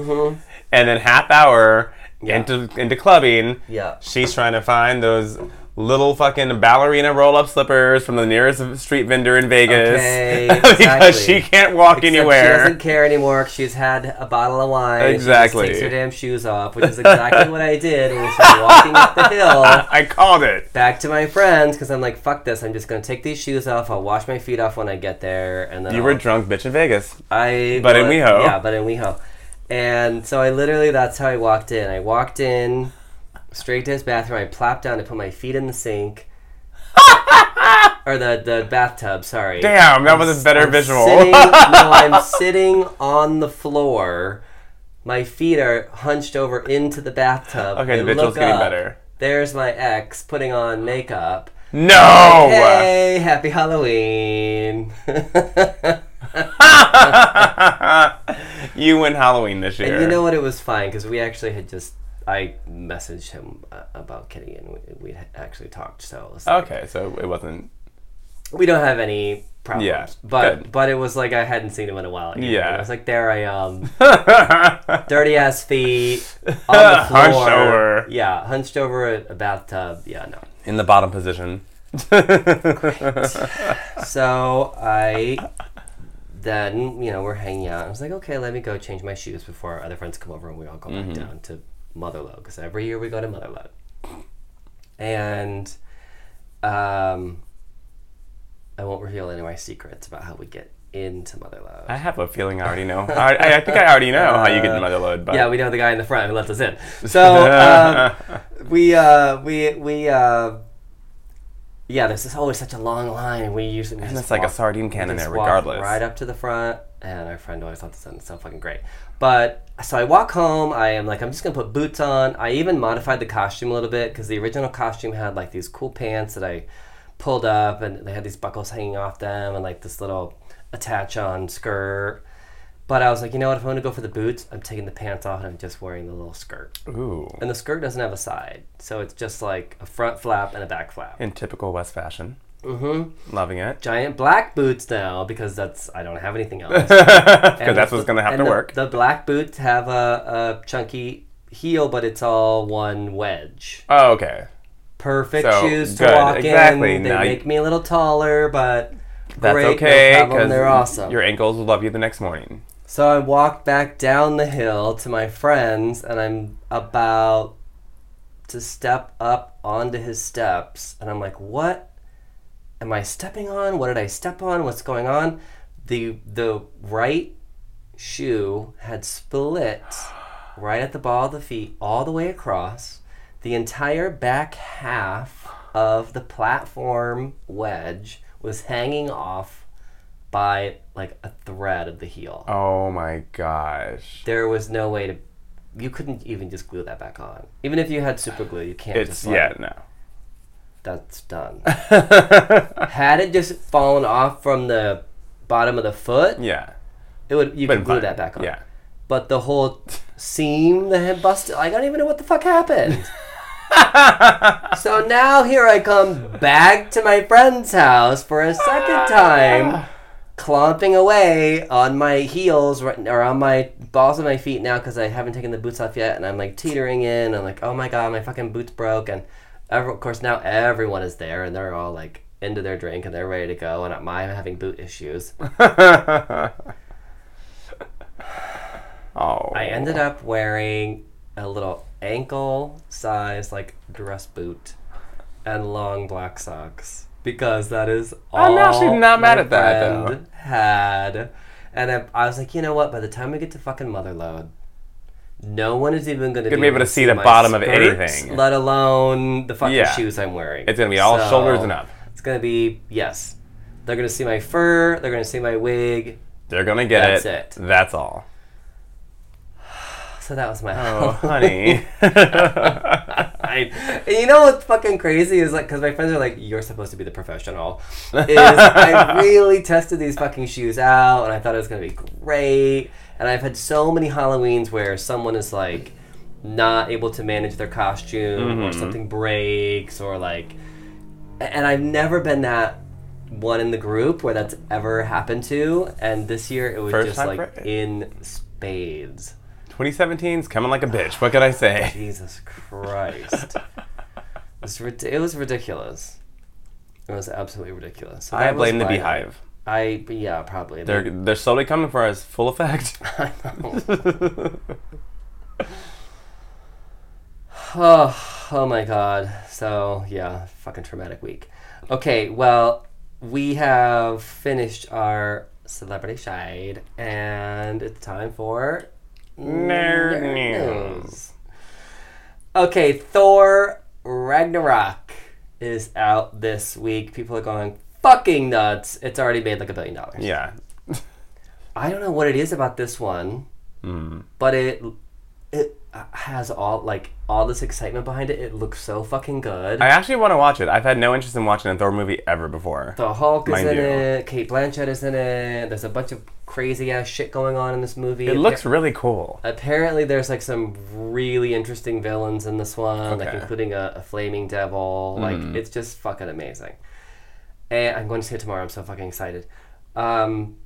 Speaker 2: and then half hour into into clubbing,
Speaker 1: Yeah.
Speaker 2: she's trying to find those little fucking ballerina roll up slippers from the nearest street vendor in Vegas
Speaker 1: Okay,
Speaker 2: because
Speaker 1: exactly.
Speaker 2: she can't walk
Speaker 1: Except She
Speaker 2: anywhere.
Speaker 1: doesn't care anymore. 'cause She's had a bottle of wine. and
Speaker 2: Exactly.
Speaker 1: She just takes her damn shoes off, which is exactly what I did when we started walking up the hill
Speaker 2: I called it.
Speaker 1: back to my friends because I'm like, fuck this. I'm just gonna take these shoes off. I'll wash my feet off when I get there, and then
Speaker 2: You
Speaker 1: I'll-
Speaker 2: were drunk, bitch, in Vegas.
Speaker 1: I
Speaker 2: But in
Speaker 1: well,
Speaker 2: WeHo.
Speaker 1: Yeah, but in WeHo. And so I literally that's how I walked in. I walked in straight to his bathroom. I plopped down. I put my feet in the sink. or the, the bathtub, sorry.
Speaker 2: Damn, that was a better visual.
Speaker 1: Sitting, no, I'm sitting on the floor. My feet are hunched over into the bathtub.
Speaker 2: Okay,
Speaker 1: I
Speaker 2: the visual's
Speaker 1: look
Speaker 2: getting
Speaker 1: up.
Speaker 2: better.
Speaker 1: There's my ex putting on makeup.
Speaker 2: No.
Speaker 1: Hey, happy Halloween.
Speaker 2: you win Halloween this year.
Speaker 1: You know what? It was fine because we actually had just. I messaged him uh, about Kitty and we, we had actually talked, so it was like-
Speaker 2: okay, so it wasn't.
Speaker 1: we don't have any problems.
Speaker 2: Yeah,
Speaker 1: but
Speaker 2: good.
Speaker 1: but it was like I hadn't seen him in a while. either.
Speaker 2: Yeah.
Speaker 1: I was like, there I am, dirty ass feet on the floor,
Speaker 2: Hunched over.
Speaker 1: Yeah, hunched over a, a bathtub. Yeah, no.
Speaker 2: in the bottom position.
Speaker 1: So I then, you know, we're hanging out. I was like, okay, let me go change my shoes before our other friends come over and we all go
Speaker 2: Mm-hmm.
Speaker 1: back down to Motherload because every year we go to Motherload. And um, I won't reveal any of my secrets about how we get into Motherload.
Speaker 2: I have a feeling I already know. I, I- I think I already know how you get the mother load, but
Speaker 1: Uh, Yeah, we know the guy in the front who lets us in. So um, we uh, we we uh, yeah, there's just always such a long line. We usually we
Speaker 2: and
Speaker 1: just
Speaker 2: it's like a
Speaker 1: walk-
Speaker 2: sardine can in
Speaker 1: just
Speaker 2: there,
Speaker 1: walk
Speaker 2: regardless.
Speaker 1: Right up to the front, and our friend always lets us in. It's so fucking great. But so I walk home. I am like, I'm just gonna put boots on. I even modified the costume a little bit because the original costume had like these cool pants that I pulled up, and they had these buckles hanging off them, and like this little attach-on skirt. But I was like, you know what? If I'm gonna go for the boots, I'm taking the pants off and I'm just wearing the little skirt.
Speaker 2: Ooh,
Speaker 1: And the skirt doesn't have a side, so it's just like a front flap and a back flap.
Speaker 2: in typical West fashion. Mm-hmm. Loving it.
Speaker 1: Giant black boots now because that's I don't have anything else.
Speaker 2: Because that's what's gonna have
Speaker 1: and
Speaker 2: to
Speaker 1: the,
Speaker 2: work.
Speaker 1: The black boots have a, a chunky heel, but it's all one wedge.
Speaker 2: oh, okay.
Speaker 1: Perfect
Speaker 2: So,
Speaker 1: shoes to
Speaker 2: good,
Speaker 1: walk
Speaker 2: exactly.
Speaker 1: in. They
Speaker 2: Now you-
Speaker 1: make me a little taller, but
Speaker 2: That's
Speaker 1: great,
Speaker 2: okay.
Speaker 1: No problem. They're awesome.
Speaker 2: Your ankles will love you the next morning.
Speaker 1: So I walked back down the hill to my friends, and I'm about to step up onto his steps, and I'm like, what am I stepping on? What did I step on? What's going on? The the right shoe had split right at the ball of the feet all the way across the entire back half of the platform wedge was hanging off by like a thread of the heel.
Speaker 2: Oh my gosh.
Speaker 1: There was no way to you couldn't even just glue that back on. Even if you had super glue, you can't
Speaker 2: It's
Speaker 1: just like,
Speaker 2: yeah, no.
Speaker 1: that's done. Had it just fallen off from the bottom of the foot,
Speaker 2: Yeah.
Speaker 1: it would you could glue
Speaker 2: fine.
Speaker 1: that back on.
Speaker 2: Yeah.
Speaker 1: But the whole seam that had busted, like, I don't even know what the fuck happened. so now here I come back to my friend's house for a second time, clomping away on my heels right, or on my balls of my feet now because I haven't taken the boots off yet, and I'm like teetering in. I'm like, oh my god, my fucking boots broke, and every, of course now everyone is there and they're all like into their drink and they're ready to go, and I'm having boot issues.
Speaker 2: Oh.
Speaker 1: I ended up wearing a little ankle size like dress boot and long black socks because that is all
Speaker 2: I'm actually not mad
Speaker 1: my
Speaker 2: at that, though.
Speaker 1: friend had and I, I was like you know what by the time we get to fucking motherload no one is even going to
Speaker 2: Gonna be able to see the
Speaker 1: my
Speaker 2: bottom of
Speaker 1: skirts,
Speaker 2: anything.
Speaker 1: let alone the fucking
Speaker 2: Yeah.
Speaker 1: shoes I'm wearing
Speaker 2: It's gonna be all shoulders and up.
Speaker 1: it's going to be yes they're going to see my fur they're going to see my wig
Speaker 2: They're gonna get
Speaker 1: That's
Speaker 2: it.
Speaker 1: it.
Speaker 2: That's all.
Speaker 1: so that was my
Speaker 2: Oh, honey.
Speaker 1: I, and you know what's fucking crazy is like, because my friends are like, you're supposed to be the professional. Is I really tested these fucking shoes out and I thought it was going to be great. And I've had so many Halloweens where someone is like not able to manage their costume
Speaker 2: Mm-hmm.
Speaker 1: or something breaks or like. And I've never been that one in the group where that's ever happened to. And this year it was
Speaker 2: First
Speaker 1: just
Speaker 2: time
Speaker 1: like
Speaker 2: for it.
Speaker 1: in spades.
Speaker 2: 2017's coming like a bitch. What could I say?
Speaker 1: Jesus Christ. it, was, rid- it was ridiculous. It was absolutely ridiculous. So
Speaker 2: I
Speaker 1: that was
Speaker 2: blame the
Speaker 1: my-
Speaker 2: beehive.
Speaker 1: I yeah, probably.
Speaker 2: They're they're slowly coming for us, full effect.
Speaker 1: I know. oh, oh my god. So yeah, fucking traumatic week. Okay, well, we have finished our celebrity shade, and it's time for
Speaker 2: Nerd news.
Speaker 1: Okay, Thor Ragnarok is out this week. People are going fucking nuts. It's already made like a billion dollars.
Speaker 2: Yeah.
Speaker 1: I don't know what it is about this one,
Speaker 2: Mm.
Speaker 1: but it it has all like all this excitement behind it. It looks so fucking good.
Speaker 2: I actually want to watch it. I've had no interest in watching a Thor movie ever before.
Speaker 1: the Hulk is
Speaker 2: Mind
Speaker 1: in
Speaker 2: you.
Speaker 1: it. Kate Blanchett is in it. There's a bunch of crazy ass shit going on in this movie.
Speaker 2: It looks really cool.
Speaker 1: Apparently, there's like some really interesting villains in this one, like
Speaker 2: Okay. Hmm.
Speaker 1: including a, a flaming devil. Like it's just fucking amazing. And I'm going to see it tomorrow. I'm so fucking excited. Um,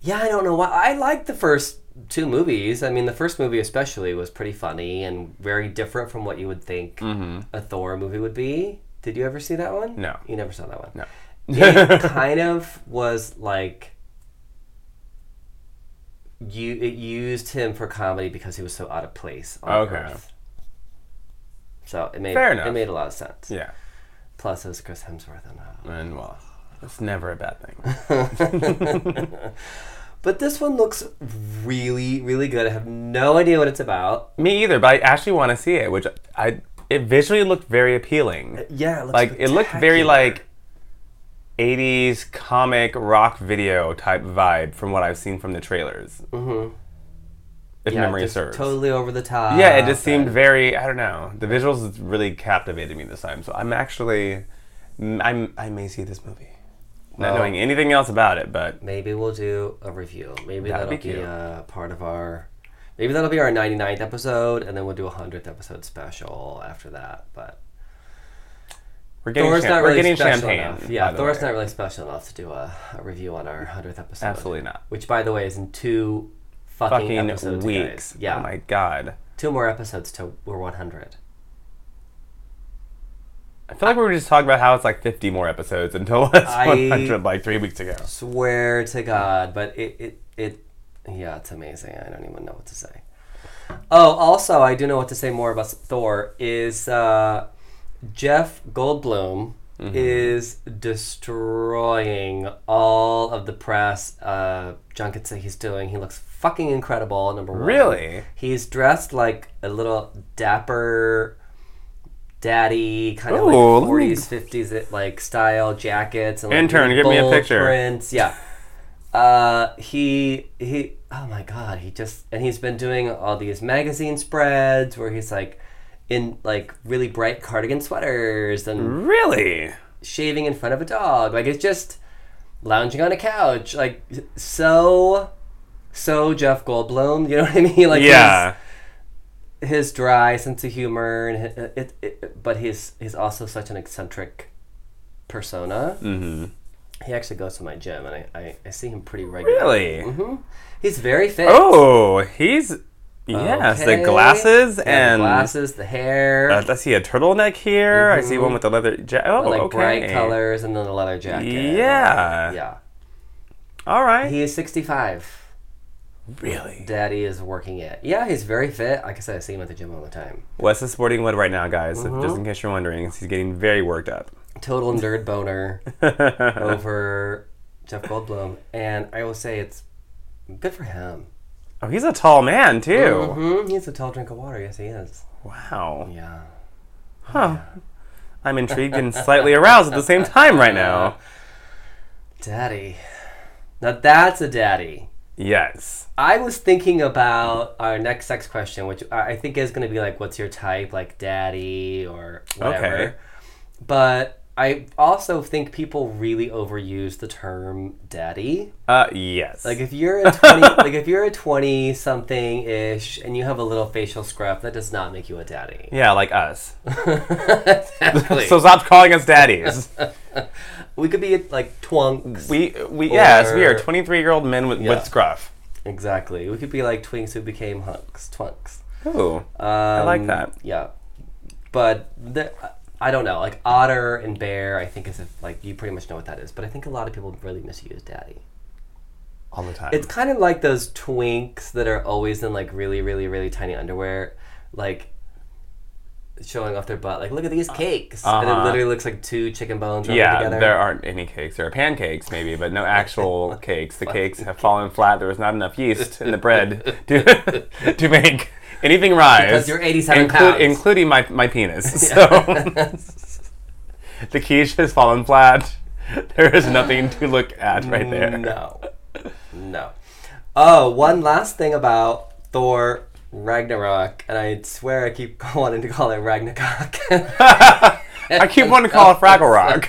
Speaker 1: yeah, I don't know why. I liked the first two movies. I mean, the first movie especially was pretty funny and very different from what you would think a Thor movie would be. Did you ever see that one?
Speaker 2: Mm-hmm. No.
Speaker 1: you never saw that one.
Speaker 2: No.
Speaker 1: it kind of was like you it used him for comedy because he was so out of place on
Speaker 2: Okay.
Speaker 1: Earth. So it made
Speaker 2: Fair
Speaker 1: it
Speaker 2: enough.
Speaker 1: made a lot of sense.
Speaker 2: Yeah.
Speaker 1: Plus, it was Chris Hemsworth and uh,
Speaker 2: And well, it's never a bad thing.
Speaker 1: but this one looks really really good. I have no idea what it's about.
Speaker 2: Me either, but I actually want to see it, which I it visually looked very appealing.
Speaker 1: Yeah, it looks
Speaker 2: Like it looked very
Speaker 1: spectacular.
Speaker 2: like 80s comic rock video type vibe from what I've seen from the trailers. Mm-hmm. If
Speaker 1: Yeah,
Speaker 2: memory
Speaker 1: just
Speaker 2: serves.
Speaker 1: totally Ah, over the top.
Speaker 2: yeah, it just seemed very. I don't know. The visuals really captivated me this time, so I'm actually, I'm I may see this movie,
Speaker 1: Well-
Speaker 2: not knowing anything else about it, but
Speaker 1: Maybe we'll do a review. Maybe
Speaker 2: That'd
Speaker 1: that'll
Speaker 2: be
Speaker 1: be,
Speaker 2: cute.
Speaker 1: uh, part of our. Maybe that'll be our 99th episode, and then we'll do a 100th episode special after that. But
Speaker 2: we're getting
Speaker 1: Thor's
Speaker 2: cham-
Speaker 1: not
Speaker 2: we're
Speaker 1: really
Speaker 2: getting
Speaker 1: special
Speaker 2: champagne.
Speaker 1: enough. Yeah,
Speaker 2: by the
Speaker 1: Thor's
Speaker 2: way.
Speaker 1: not really special enough to do a, a review on our 100th episode.
Speaker 2: Absolutely not.
Speaker 1: Which, by the way, is in two fucking,
Speaker 2: fucking
Speaker 1: episodes,
Speaker 2: weeks.
Speaker 1: guys. Yeah,
Speaker 2: Oh my god.
Speaker 1: two more episodes till we're 100.
Speaker 2: I feel like we were just talking about how it's like 50 more episodes until it's
Speaker 1: I-
Speaker 2: 100 like three weeks ago.
Speaker 1: Swear to God, but it it, it yeah, it's amazing. I don't even know what to say. Oh, also, I do know what to say more about Thor is uh, Jeff Goldblum is destroying all of the press uh, junkets that he's doing. He looks fucking incredible. Number one,
Speaker 2: Really?
Speaker 1: he's dressed like a little dapper daddy kind of
Speaker 2: Ooh,
Speaker 1: like
Speaker 2: let me-
Speaker 1: 40s, 50s like style jackets and like,
Speaker 2: Intern,
Speaker 1: really
Speaker 2: give me a
Speaker 1: bold
Speaker 2: picture.
Speaker 1: Prints. Yeah. Uh, he he. Oh my god, he just and he's been doing all these magazine spreads where he's like in like really bright cardigan sweaters and
Speaker 2: Mm-hmm. Really?
Speaker 1: shaving in front of a dog. Like it's just lounging on a couch. Like so, so Jeff Goldblum. You know what I mean? Like
Speaker 2: Yeah.
Speaker 1: his, his dry sense of humor, and hi- uh, it, it, but he's he's also such an eccentric persona. Mm-hmm. He actually goes to my gym, and I, I, I see him pretty regularly.
Speaker 2: Really?
Speaker 1: hmm He's very fit.
Speaker 2: Oh, Mm-hmm. he's yes,
Speaker 1: Okay.
Speaker 2: the glasses
Speaker 1: Yeah, the
Speaker 2: and
Speaker 1: glasses, the hair,
Speaker 2: Uh, I see a turtleneck here. I see one with a leather jacket. Oh,
Speaker 1: Mm-hmm. like
Speaker 2: okay.
Speaker 1: bright colors, and then a leather jacket.
Speaker 2: Yeah.
Speaker 1: yeah.
Speaker 2: All right.
Speaker 1: He is sixty-five.
Speaker 2: really?
Speaker 1: Daddy is working it. Yeah, he's very fit. Like I said, I see him at the gym all the time.
Speaker 2: Wes is sporting wood right now, guys. so
Speaker 1: Mm-hmm.
Speaker 2: Just in case you're wondering, he's getting very worked up.
Speaker 1: Total nerd boner over Jeff Goldblum, and I will say it's good for him.
Speaker 2: Oh, he's a tall man too.
Speaker 1: hmm He's a tall drink of water. Yes, he is.
Speaker 2: Wow.
Speaker 1: Mm-hmm. Yeah.
Speaker 2: Huh. I'm intrigued and slightly aroused at the same time right now.
Speaker 1: Daddy. Now that's a daddy.
Speaker 2: Yes.
Speaker 1: I was thinking about our next sex question, which I I think is going to be like, what's your type? Like daddy or whatever.
Speaker 2: Okay.
Speaker 1: But I also think people really overuse the term daddy.
Speaker 2: Uh, yes.
Speaker 1: Like if you're a twenty, like if you're a twenty something ish, and you have a little facial scruff, that does not make you a daddy.
Speaker 2: yeah, like us.
Speaker 1: Exactly.
Speaker 2: So stop calling us daddies.
Speaker 1: we could be like twunks.
Speaker 2: we we yes, we are
Speaker 1: Or-
Speaker 2: 23 year old men with,
Speaker 1: Yeah.
Speaker 2: with scruff.
Speaker 1: exactly. We could be like twinks who became hunks. Twunks.
Speaker 2: Ooh.
Speaker 1: Um,
Speaker 2: I like that.
Speaker 1: Yeah, but the, I don't know. Like otter and bear, I think is if, like you pretty much know what that is. But I think a lot of people really misuse daddy.
Speaker 2: All the time.
Speaker 1: It's kind of like those twinks that are always in like really, really, really tiny underwear, like showing off their butt. Like, look at these cakes, and it
Speaker 2: Uh-huh.
Speaker 1: literally looks like two chicken bones rubbed
Speaker 2: Yeah,
Speaker 1: together.
Speaker 2: there aren't any cakes. There are pancakes, maybe, but no actual cakes. The cakes have fallen flat. There was not enough yeast in the bread to, to make anything rise.
Speaker 1: Because you're 87
Speaker 2: inclu-
Speaker 1: pounds.
Speaker 2: Including my, my penis. So the quiche has fallen flat. There is nothing to look at right there.
Speaker 1: No, no. Oh, one last thing about Thor Ragnarok, and I swear I keep wanting to call it Ragnarok.
Speaker 2: I keep wanting to call it Fraggle Rock.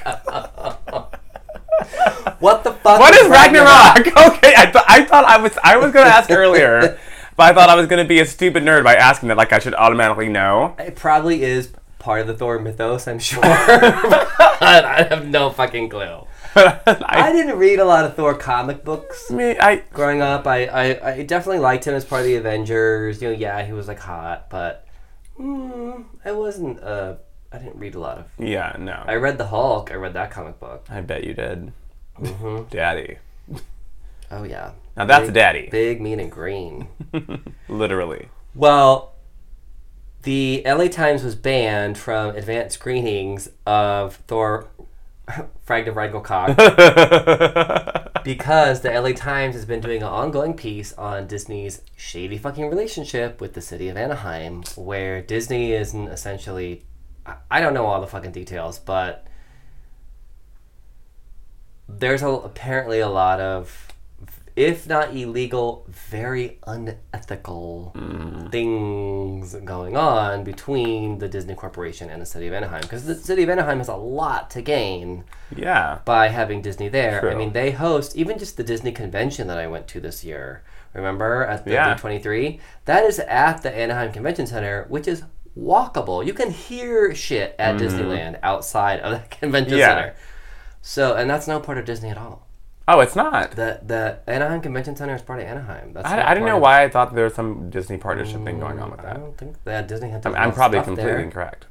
Speaker 1: what the fuck?
Speaker 2: What is Ragnarok? Okay, I, th- I thought I was I was gonna ask earlier, but I thought I was gonna be a stupid nerd by asking that like I should automatically know.
Speaker 1: It probably is part of the Thor mythos, I'm sure. but I have no fucking clue.
Speaker 2: But I,
Speaker 1: I didn't read a lot of Thor comic books
Speaker 2: I mean, I
Speaker 1: growing up. I, I, I definitely liked him as part of the Avengers. You know, yeah, he was like hot, but mm, I wasn't. Uh, I didn't read a lot of.
Speaker 2: yeah no.
Speaker 1: I read the Hulk. I read that comic book.
Speaker 2: I bet you did. Daddy.
Speaker 1: Oh yeah.
Speaker 2: Now
Speaker 1: Mm-hmm.
Speaker 2: that's
Speaker 1: Big-
Speaker 2: daddy.
Speaker 1: Big, mean, and green.
Speaker 2: Literally.
Speaker 1: Well, the LA Times was banned from advanced screenings of Thor Fragment of Cock because the LA Times has been doing an ongoing piece on Disney's shady fucking relationship with the city of Anaheim, where Disney isn't essentially. I- I don't know all the fucking details, but there's a, apparently a lot of, if not illegal, very unethical things going on between the Disney Corporation and the city of Anaheim. Because the city of Anaheim has a lot to gain
Speaker 2: Yeah.
Speaker 1: by having Disney there. I
Speaker 2: True.
Speaker 1: mean, they host even just the Disney convention that I went to this year. Remember at the
Speaker 2: Yeah.
Speaker 1: D23? That is at the Anaheim Convention Center, which is walkable. You can hear shit at Disneyland outside of the convention
Speaker 2: Mm. Yeah.
Speaker 1: center. So, and that's no part of Disney at all.
Speaker 2: Oh, it's not.
Speaker 1: The the Anaheim Convention Center is part of Anaheim. That's
Speaker 2: I,
Speaker 1: not
Speaker 2: I didn't
Speaker 1: part
Speaker 2: know
Speaker 1: of-
Speaker 2: why I thought there was some Disney partnership thing going on with
Speaker 1: I
Speaker 2: that.
Speaker 1: don't think that Disney had.
Speaker 2: I'm probably
Speaker 1: Mm, stuff
Speaker 2: completely
Speaker 1: there.
Speaker 2: incorrect.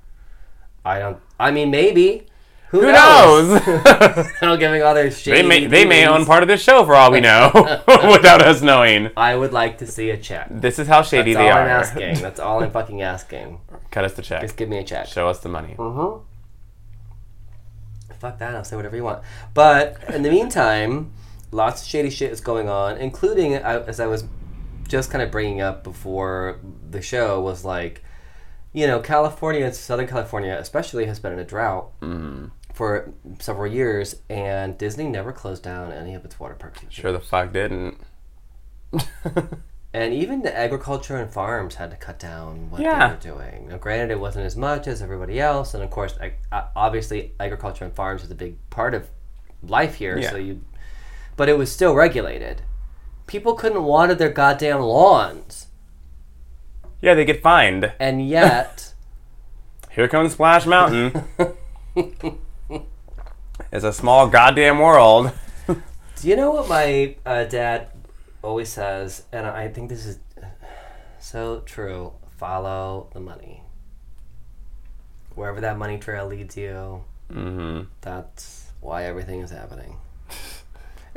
Speaker 1: I don't. I mean, maybe. Who,
Speaker 2: Who
Speaker 1: knows?
Speaker 2: knows?
Speaker 1: Now giving all their shady
Speaker 2: they may they may
Speaker 1: dealings.
Speaker 2: own part of this show for all we know, without us knowing.
Speaker 1: I would like to see a check.
Speaker 2: This is how shady
Speaker 1: That's
Speaker 2: they
Speaker 1: all
Speaker 2: are.
Speaker 1: I'm asking. That's all I'm fucking asking.
Speaker 2: Cut us the check.
Speaker 1: Just give me a check.
Speaker 2: Show us the money.
Speaker 1: Mm-hmm. Fuck that. I'll say whatever you want. But in the meantime, lots of shady shit is going on, including uh, as I was just kind of bringing up before the show was like, you know, California, Southern California, especially, has been in a drought for several years, and Disney never closed down any of its water parks.
Speaker 2: Sure the fuck didn't.
Speaker 1: And even the agriculture and farms had to cut down what
Speaker 2: Yeah.
Speaker 1: they were doing. Now, granted, it wasn't as much as everybody else, and of course, ag- uh, obviously, agriculture and farms is a big part of life here.
Speaker 2: Yeah.
Speaker 1: So you, but it was still regulated. People couldn't water their goddamn lawns,
Speaker 2: yeah, they get fined.
Speaker 1: and yet,
Speaker 2: Here comes Splash Mountain. it's a small goddamn world.
Speaker 1: do you know what my uh, dad always says? And I think this is so true. Follow the money. Wherever that money trail leads you,
Speaker 2: hmm
Speaker 1: That's why everything is happening.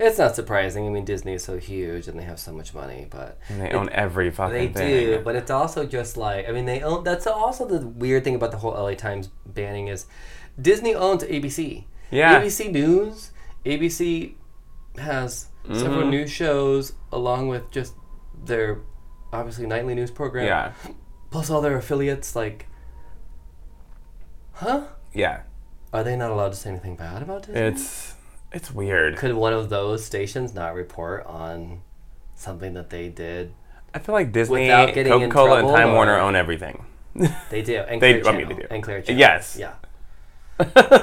Speaker 1: It's not surprising. I mean, Disney is so huge and they have so much money, but
Speaker 2: And they own every fucking
Speaker 1: they
Speaker 2: thing.
Speaker 1: do. But it's also just like I mean, they own. That's also the weird thing about the whole LA Times banning is Disney owns ABC.
Speaker 2: Yeah.
Speaker 1: ABC News. ABC has several
Speaker 2: Mhm.
Speaker 1: news shows along with just their obviously nightly news program.
Speaker 2: yeah.
Speaker 1: Plus all their affiliates. Like, huh?
Speaker 2: Yeah.
Speaker 1: Are they not allowed to say anything bad about Disney?
Speaker 2: It's it's weird.
Speaker 1: could one of those stations not report on something that they did?
Speaker 2: I feel like Disney,
Speaker 1: Without getting in
Speaker 2: Coca Cola, and
Speaker 1: trouble
Speaker 2: Time
Speaker 1: or-
Speaker 2: Warner own everything.
Speaker 1: They do. And
Speaker 2: They
Speaker 1: Clear
Speaker 2: do- I
Speaker 1: Channel.
Speaker 2: mean, they do.
Speaker 1: And Clear Channel.
Speaker 2: Yes.
Speaker 1: Yeah.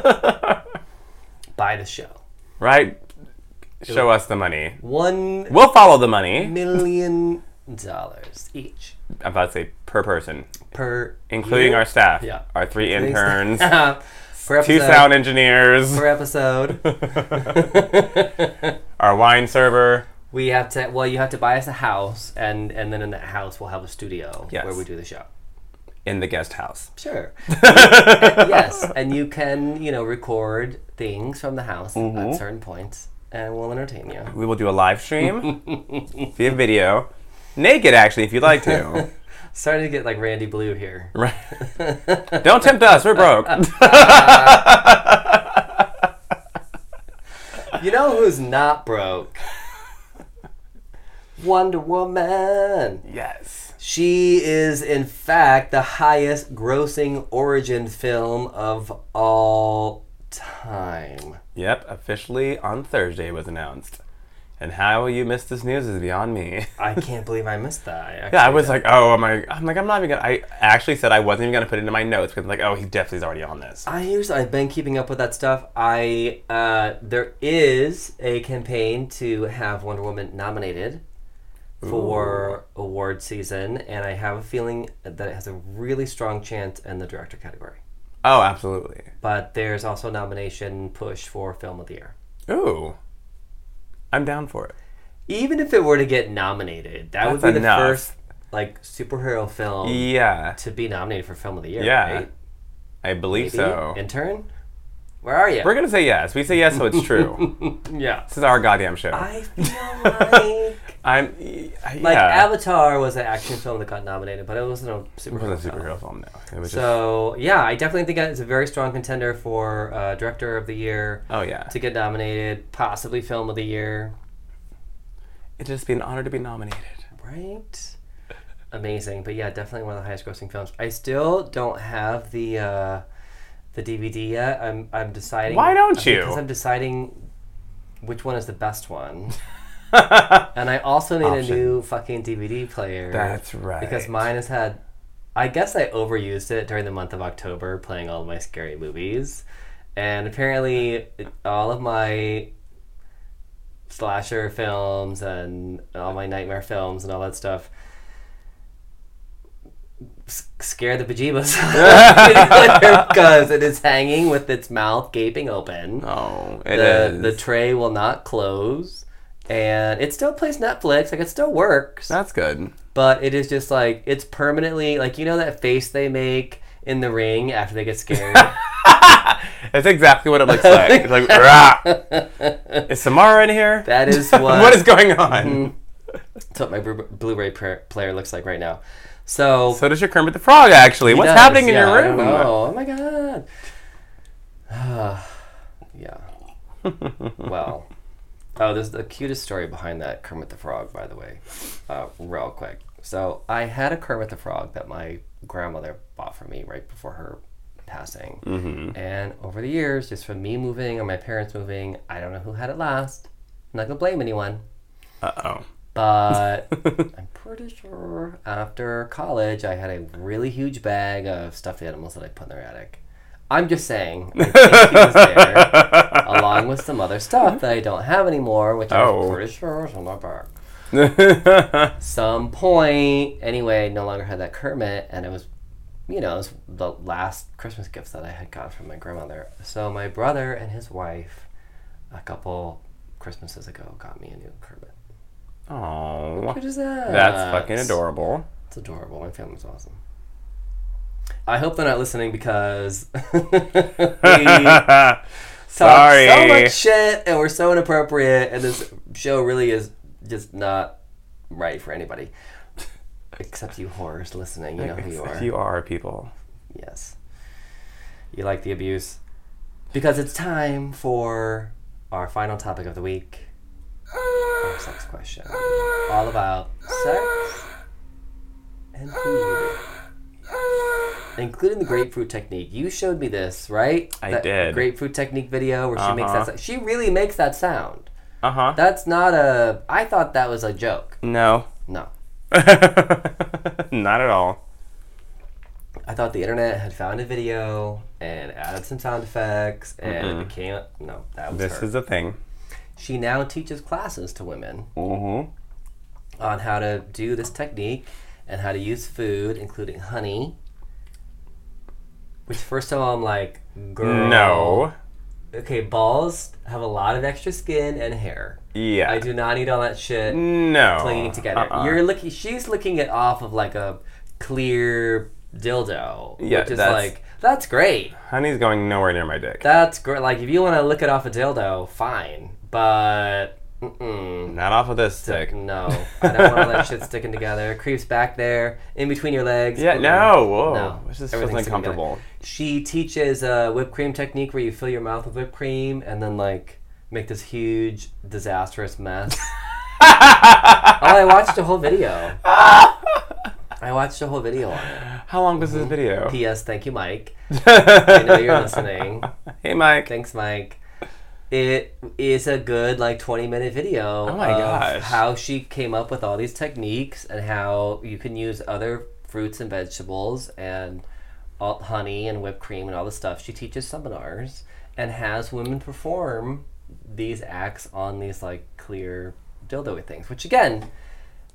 Speaker 1: Buy the show.
Speaker 2: right? Show us the money.
Speaker 1: One
Speaker 2: We'll follow the money.
Speaker 1: million dollars each
Speaker 2: I'm about to say per person,
Speaker 1: per
Speaker 2: including
Speaker 1: year?
Speaker 2: our staff,
Speaker 1: Yeah.
Speaker 2: our three
Speaker 1: Thanks.
Speaker 2: interns,
Speaker 1: per episode.
Speaker 2: two sound engineers,
Speaker 1: per episode.
Speaker 2: our wine server.
Speaker 1: we have to. Well, you have to buy us a house, and and then in that house we'll have a studio
Speaker 2: Yes.
Speaker 1: where we do the show.
Speaker 2: in the guest house.
Speaker 1: Sure. yes, and you can you know record things from the house at
Speaker 2: Mm-hmm.
Speaker 1: certain points, and we'll entertain you.
Speaker 2: We will do a live stream via video, naked actually, if you'd like to.
Speaker 1: Starting to get like Randy Blue here.
Speaker 2: Right. Don't tempt us. We're broke.
Speaker 1: You know who's not broke? Wonder Woman.
Speaker 2: yes.
Speaker 1: She is, in fact, the highest grossing origin film of all time.
Speaker 2: Yep. Officially on Thursday was announced. And how you missed this news is beyond me.
Speaker 1: I can't believe I missed that. I actually-
Speaker 2: Yeah, I was like, oh, am I? I'm like, I'm not even gonna. I actually said I wasn't even gonna put it into my notes because like, oh, he definitely is already on this.
Speaker 1: I usually I've been keeping up with that stuff. I uh, there is a campaign to have Wonder Woman nominated for award season, and I have a feeling that it has a really strong chance in the director category.
Speaker 2: Oh, absolutely.
Speaker 1: But there's also a nomination push for film of the year.
Speaker 2: Ooh, I'm down for it.
Speaker 1: Even if it were to get nominated, that would
Speaker 2: That's
Speaker 1: be
Speaker 2: enough.
Speaker 1: the first like superhero film
Speaker 2: Yeah,
Speaker 1: to be nominated for film of the year.
Speaker 2: Yeah,
Speaker 1: right?
Speaker 2: I believe
Speaker 1: Maybe?
Speaker 2: so.
Speaker 1: intern, where are you?
Speaker 2: We're gonna say yes. We say yes, so it's true.
Speaker 1: yeah,
Speaker 2: this is our goddamn show.
Speaker 1: I feel like.
Speaker 2: I'm y- I- yeah.
Speaker 1: Like Avatar was an action film that got nominated, but it wasn't a
Speaker 2: it
Speaker 1: superhero.
Speaker 2: wasn't a
Speaker 1: film.
Speaker 2: superhero film, no. It was just
Speaker 1: So yeah, I definitely think it's a very strong contender for uh, director of the year
Speaker 2: oh yeah.
Speaker 1: to get nominated, possibly film of the year.
Speaker 2: It'd just be an honor to be nominated.
Speaker 1: Right? Amazing, but yeah, definitely one of the highest grossing films. I still don't have the uh, the DVD yet. I'm I'm deciding.
Speaker 2: Why don't you?
Speaker 1: Because I'm deciding which one is the best one, and I also need
Speaker 2: Option.
Speaker 1: a new fucking DVD player.
Speaker 2: That's right.
Speaker 1: Because mine has had, I guess I overused it during the month of October playing all of my scary movies. And apparently, it- all of my slasher films and all my nightmare films and all that stuff s- scare the bejeebus because it is hanging with its mouth gaping open
Speaker 2: Oh, it
Speaker 1: the,
Speaker 2: is.
Speaker 1: the tray will not close and it still plays netflix like it still works
Speaker 2: That's good.
Speaker 1: but it is just like it's permanently like you know that face they make in the ring after they get scared
Speaker 2: That's exactly what it looks like. It's like, rah. Is Samara in here?
Speaker 1: That is what. Mm-hmm.
Speaker 2: what is going on?
Speaker 1: That's what my Blu- Blu-ray pr- player looks like right now. So,
Speaker 2: So does your Kermit the Frog, actually. What's
Speaker 1: does,
Speaker 2: happening in
Speaker 1: yeah, I
Speaker 2: your
Speaker 1: don't
Speaker 2: room?
Speaker 1: know. Oh my god. yeah. well. Oh, there's the cutest story behind that Kermit the Frog, by the way. Uh, real quick. So I had a Kermit the Frog that my grandmother bought for me right before her passing. Mm-hmm. And over the years, just from me moving and my parents moving, I don't know who had it last. I'm not gonna blame anyone.
Speaker 2: Uh oh.
Speaker 1: But I'm pretty sure after college, I had a really huge bag of stuffed animals that I put in their attic. I'm just saying, I think it was there, along with some other stuff that I don't have anymore, which
Speaker 2: Oh.
Speaker 1: I'm pretty sure is in my bag. Some point, anyway, I no longer had that Kermit, and it was, you know, it was the last Christmas gift that I had got from my grandmother. So my brother and his wife, a couple Christmases ago, got me a new Kermit.
Speaker 2: Oh.
Speaker 1: What is that?
Speaker 2: That's fucking adorable.
Speaker 1: It's adorable. My family's awesome. I hope they're not listening because we talk
Speaker 2: Sorry.
Speaker 1: so much shit and we're so inappropriate, and this show really is just not right for anybody. Except you whores listening. You know who you are.
Speaker 2: If you are people.
Speaker 1: Yes. You like the abuse. Because it's time for our final topic of the week our sex question. All about sex and food. Including the grapefruit technique. You showed me this, right?
Speaker 2: I
Speaker 1: That
Speaker 2: did.
Speaker 1: Grapefruit technique video where she makes
Speaker 2: Uh-huh.
Speaker 1: that sound. She really makes that sound.
Speaker 2: Uh huh.
Speaker 1: That's not a. I thought that was a joke.
Speaker 2: No.
Speaker 1: No.
Speaker 2: Not at all.
Speaker 1: I thought the internet had found a video and added some sound effects and it became no, that was
Speaker 2: This
Speaker 1: her.
Speaker 2: is a thing.
Speaker 1: she now teaches classes to women
Speaker 2: Mm-hmm.
Speaker 1: on how to do this technique and how to use food, including honey. Which first of all I'm like, girl
Speaker 2: No.
Speaker 1: Okay, balls have a lot of extra skin and hair.
Speaker 2: Yeah.
Speaker 1: I do not need all that shit
Speaker 2: No.
Speaker 1: clinging together.
Speaker 2: Uh-uh.
Speaker 1: You're looking. She's looking it off of like a clear dildo.
Speaker 2: Yeah,
Speaker 1: which is
Speaker 2: that's-
Speaker 1: like that's great.
Speaker 2: Honey's going nowhere near my dick.
Speaker 1: That's great. Like if you want to lick it off a dildo, fine. But mm-mm,
Speaker 2: Not off of this dick.
Speaker 1: no, I don't want all that shit sticking together. It creeps back there in between your legs.
Speaker 2: Yeah,
Speaker 1: Mm-mm.
Speaker 2: no. Whoa. This just feels
Speaker 1: Everything's sticking
Speaker 2: uncomfortable.
Speaker 1: together. She teaches a whipped cream technique where you fill your mouth with whipped cream and then like make this huge disastrous mess. oh, I watched a whole video. I watched a whole video on it.
Speaker 2: How long was this video?
Speaker 1: P.S. Thank you, Mike. I know you're listening.
Speaker 2: Hey, Mike.
Speaker 1: Thanks, Mike. It is a good like 20 minute video
Speaker 2: Oh my
Speaker 1: of
Speaker 2: gosh.
Speaker 1: how she came up with all these techniques and how you can use other fruits and vegetables and all, honey and whipped cream and all the stuff. She teaches seminars and has women perform these acts on these like clear dildo things, which again,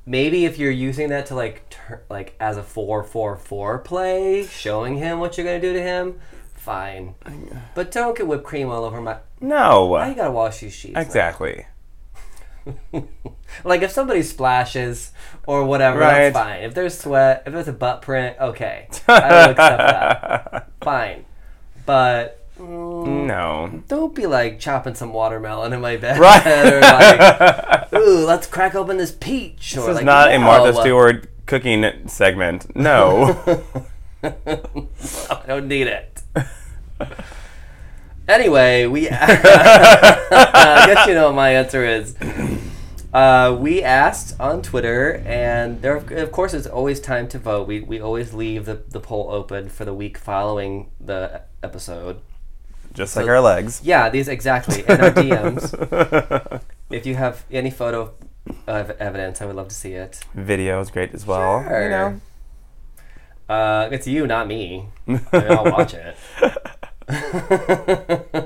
Speaker 1: maybe if you're using that to like tur like as a 4-4-4 play, showing him what you're going to do to him, fine.
Speaker 2: uh,
Speaker 1: But don't get whipped cream all over my.
Speaker 2: No.
Speaker 1: Now Oh, you gotta wash these sheets.
Speaker 2: exactly.
Speaker 1: Like if somebody splashes or whatever,
Speaker 2: Right.
Speaker 1: that's fine. If there's sweat, if there's a butt print, okay, I will accept that. Fine, but Mm-hmm.
Speaker 2: No.
Speaker 1: don't be like chopping some watermelon in my bed, right? or like, ooh, let's crack open this peach. Or
Speaker 2: This
Speaker 1: like,
Speaker 2: is not a Martha
Speaker 1: no,
Speaker 2: Stewart cooking segment. No.
Speaker 1: I don't need it. anyway, we. Uh, I guess you know what my answer is. Uh, we asked on Twitter, and there, of course, it's always time to vote. We, we always leave the, the poll open for the week following the episode.
Speaker 2: Just like our legs.
Speaker 1: Yeah, these exactly. And our DMs. if you have any photo of evidence, I would love to see it.
Speaker 2: Video is great as well.
Speaker 1: Sure.
Speaker 2: You know.
Speaker 1: Uh, it's you, not me. I mean, I'll watch it.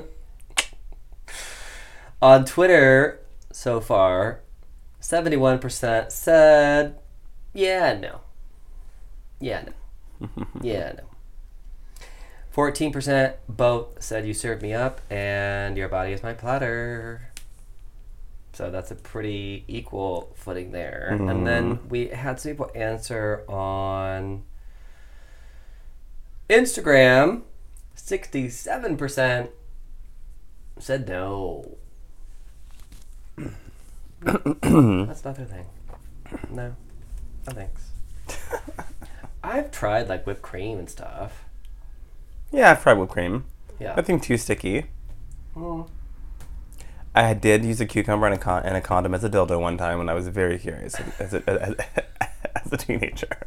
Speaker 1: On Twitter, so far, 71% said, yeah, no. Yeah, no. yeah, no. 14% both said, you served me up, and your body is my platter. So that's a pretty equal footing there.
Speaker 2: Mm-hmm.
Speaker 1: And then we had some people answer on Instagram, 67% said no. That's not their thing. No. No thanks. I've tried like whipped cream and stuff.
Speaker 2: Yeah, I've tried whipped cream.
Speaker 1: Yeah.
Speaker 2: Nothing too sticky.
Speaker 1: Mm.
Speaker 2: I did use a cucumber and a, con- and a condom as a dildo one time when I was very curious as a, as a, as a teenager.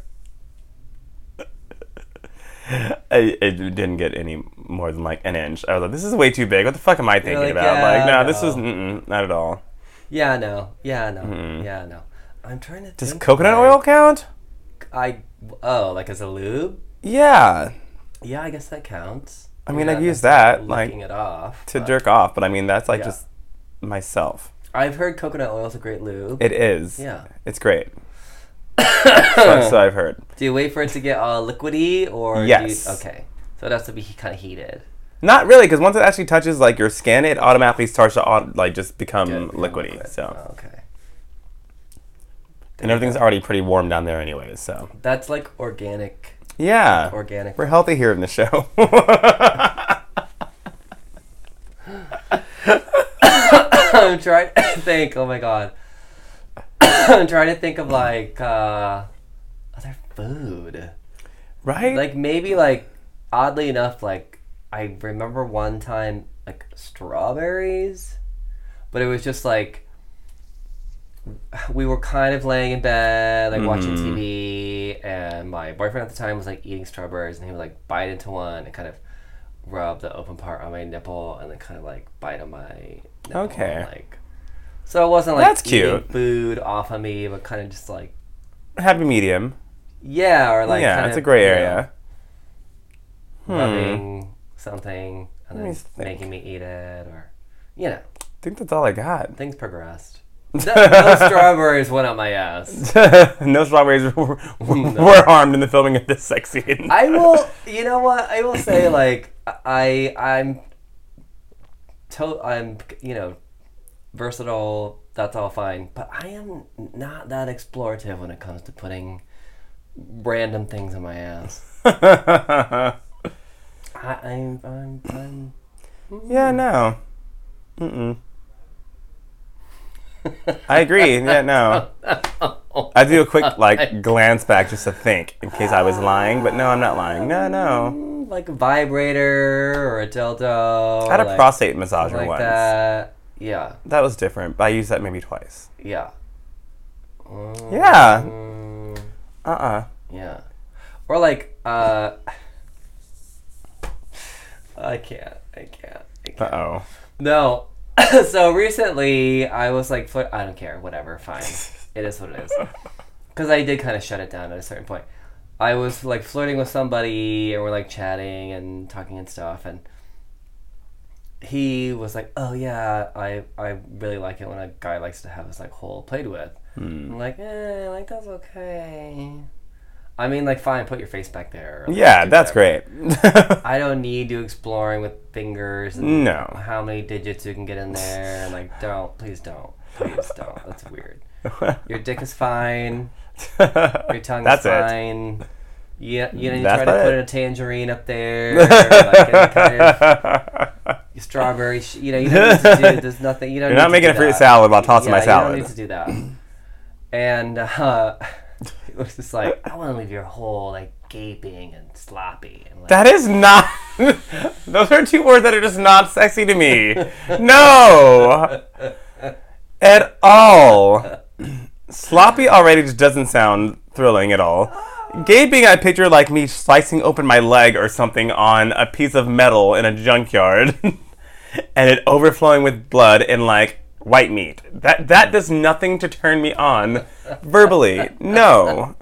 Speaker 2: I, it didn't get any more than like an inch. I was like, this is way too big. What the fuck am I thinking
Speaker 1: like,
Speaker 2: about?
Speaker 1: yeah,
Speaker 2: like, no, this
Speaker 1: no.
Speaker 2: was mm-mm, not at all.
Speaker 1: Yeah, no. Yeah, no. Yeah, no. I'm trying to.
Speaker 2: Mm-hmm. Does
Speaker 1: think,
Speaker 2: coconut
Speaker 1: like,
Speaker 2: oil count?
Speaker 1: I oh, like as a lube.
Speaker 2: Yeah.
Speaker 1: Yeah, I guess that counts.
Speaker 2: I mean,
Speaker 1: Oh, yeah,
Speaker 2: I've used
Speaker 1: that's
Speaker 2: that,
Speaker 1: not
Speaker 2: like,
Speaker 1: licking it off
Speaker 2: To
Speaker 1: but-
Speaker 2: jerk off, but I mean, that's like
Speaker 1: Yeah.
Speaker 2: just myself.
Speaker 1: I've heard coconut oil is a great lube.
Speaker 2: It is.
Speaker 1: Yeah.
Speaker 2: It's great. so, so I've heard.
Speaker 1: do you wait for it to get all liquidy or
Speaker 2: Yes.
Speaker 1: Do you, okay, so it has to be kind of heated.
Speaker 2: Not really, because once it actually touches like your skin, it automatically starts to au- like just become
Speaker 1: Good,
Speaker 2: Mm, liquidy.
Speaker 1: liquid.
Speaker 2: So
Speaker 1: Oh, okay,
Speaker 2: and everything's already pretty warm down there anyway. So
Speaker 1: that's like organic.
Speaker 2: yeah,
Speaker 1: Organic.
Speaker 2: We're healthy here in the show.
Speaker 1: I'm trying to think. Oh my god, I'm trying to think of like uh, other food.
Speaker 2: right?
Speaker 1: like maybe like oddly enough like i remember one time like strawberries but it was just like we were kind of laying in bed like watching
Speaker 2: Mm-hmm.
Speaker 1: tv and my boyfriend at the time was like eating strawberries and he would like bite into one and kind of rub the open part on my nipple and then kind of like bite on my nipple
Speaker 2: Okay.
Speaker 1: and, like so it wasn't like
Speaker 2: That's
Speaker 1: eating
Speaker 2: cute.
Speaker 1: food off of me but kind of just like
Speaker 2: Happy medium.
Speaker 1: yeah or like
Speaker 2: yeah,
Speaker 1: kind
Speaker 2: it's
Speaker 1: of,
Speaker 2: a gray
Speaker 1: you know,
Speaker 2: area.
Speaker 1: rubbing something and
Speaker 2: me
Speaker 1: then
Speaker 2: think.
Speaker 1: making Hmm. me eat it or you know
Speaker 2: I think that's all I got.
Speaker 1: things progressed Th- those strawberries went up my ass
Speaker 2: no strawberries were, were harmed in the filming of this sex scene.
Speaker 1: i will you know what i will say like i i'm to- i'm you know versatile that's all fine but i am not that explorative when it comes to putting random things in my ass I, i'm i'm i'm Hmm.
Speaker 2: yeah, no. Mm-mm. I agree. Yeah, no. I do a quick like glance back just to think in case I was lying, but no, I'm not lying. No, no.
Speaker 1: mm, like a vibrator or a dildo
Speaker 2: I had a
Speaker 1: like-
Speaker 2: prostate massager
Speaker 1: like
Speaker 2: once. That.
Speaker 1: that. Yeah,
Speaker 2: was different, but I used that maybe twice.
Speaker 1: yeah. Mm,
Speaker 2: Yeah.
Speaker 1: mm,
Speaker 2: Uh uh
Speaker 1: yeah. Or like, uh, I can't. I can't. I can't.
Speaker 2: Uh oh.
Speaker 1: No. so recently, I was like, fl- I don't care. Whatever. Fine. it is what it is. Because I did kind of shut it down at a certain point. I was like flirting with somebody, and we're like chatting and talking and stuff, and he was like, "Oh yeah, I I really like it when a guy likes to have his like hole played with." I'm like, eh, like that's okay. I mean, like, fine, put your face back there. or, like,
Speaker 2: Yeah,
Speaker 1: do
Speaker 2: that's
Speaker 1: whatever.
Speaker 2: great.
Speaker 1: I don't need you exploring with fingers and
Speaker 2: no.
Speaker 1: how many digits you can get in there. and, Like, don't, please don't, please don't. That's weird. Your dick is fine. Your tongue
Speaker 2: That's
Speaker 1: is
Speaker 2: it.
Speaker 1: fine. Yeah, you know, you
Speaker 2: That's
Speaker 1: try to
Speaker 2: it.
Speaker 1: put in a tangerine up there, like and kind of strawberry. Sh- you know, you don't need to do. There's nothing. You don't.
Speaker 2: You're
Speaker 1: need
Speaker 2: not
Speaker 1: to
Speaker 2: making
Speaker 1: do
Speaker 2: a fruit
Speaker 1: that.
Speaker 2: salad while tossing
Speaker 1: yeah,
Speaker 2: my salad.
Speaker 1: You don't need to do that. And uh, it was just like, I want to leave your whole like gaping and sloppy. And, like,
Speaker 2: That is not. Those are two words that are just not sexy to me. No! At all. Sloppy already just doesn't sound thrilling at all. Gaping, I picture like me slicing open my leg or something on a piece of metal in a junkyard and it overflowing with blood and like white meat. That, that does nothing to turn me on verbally. No.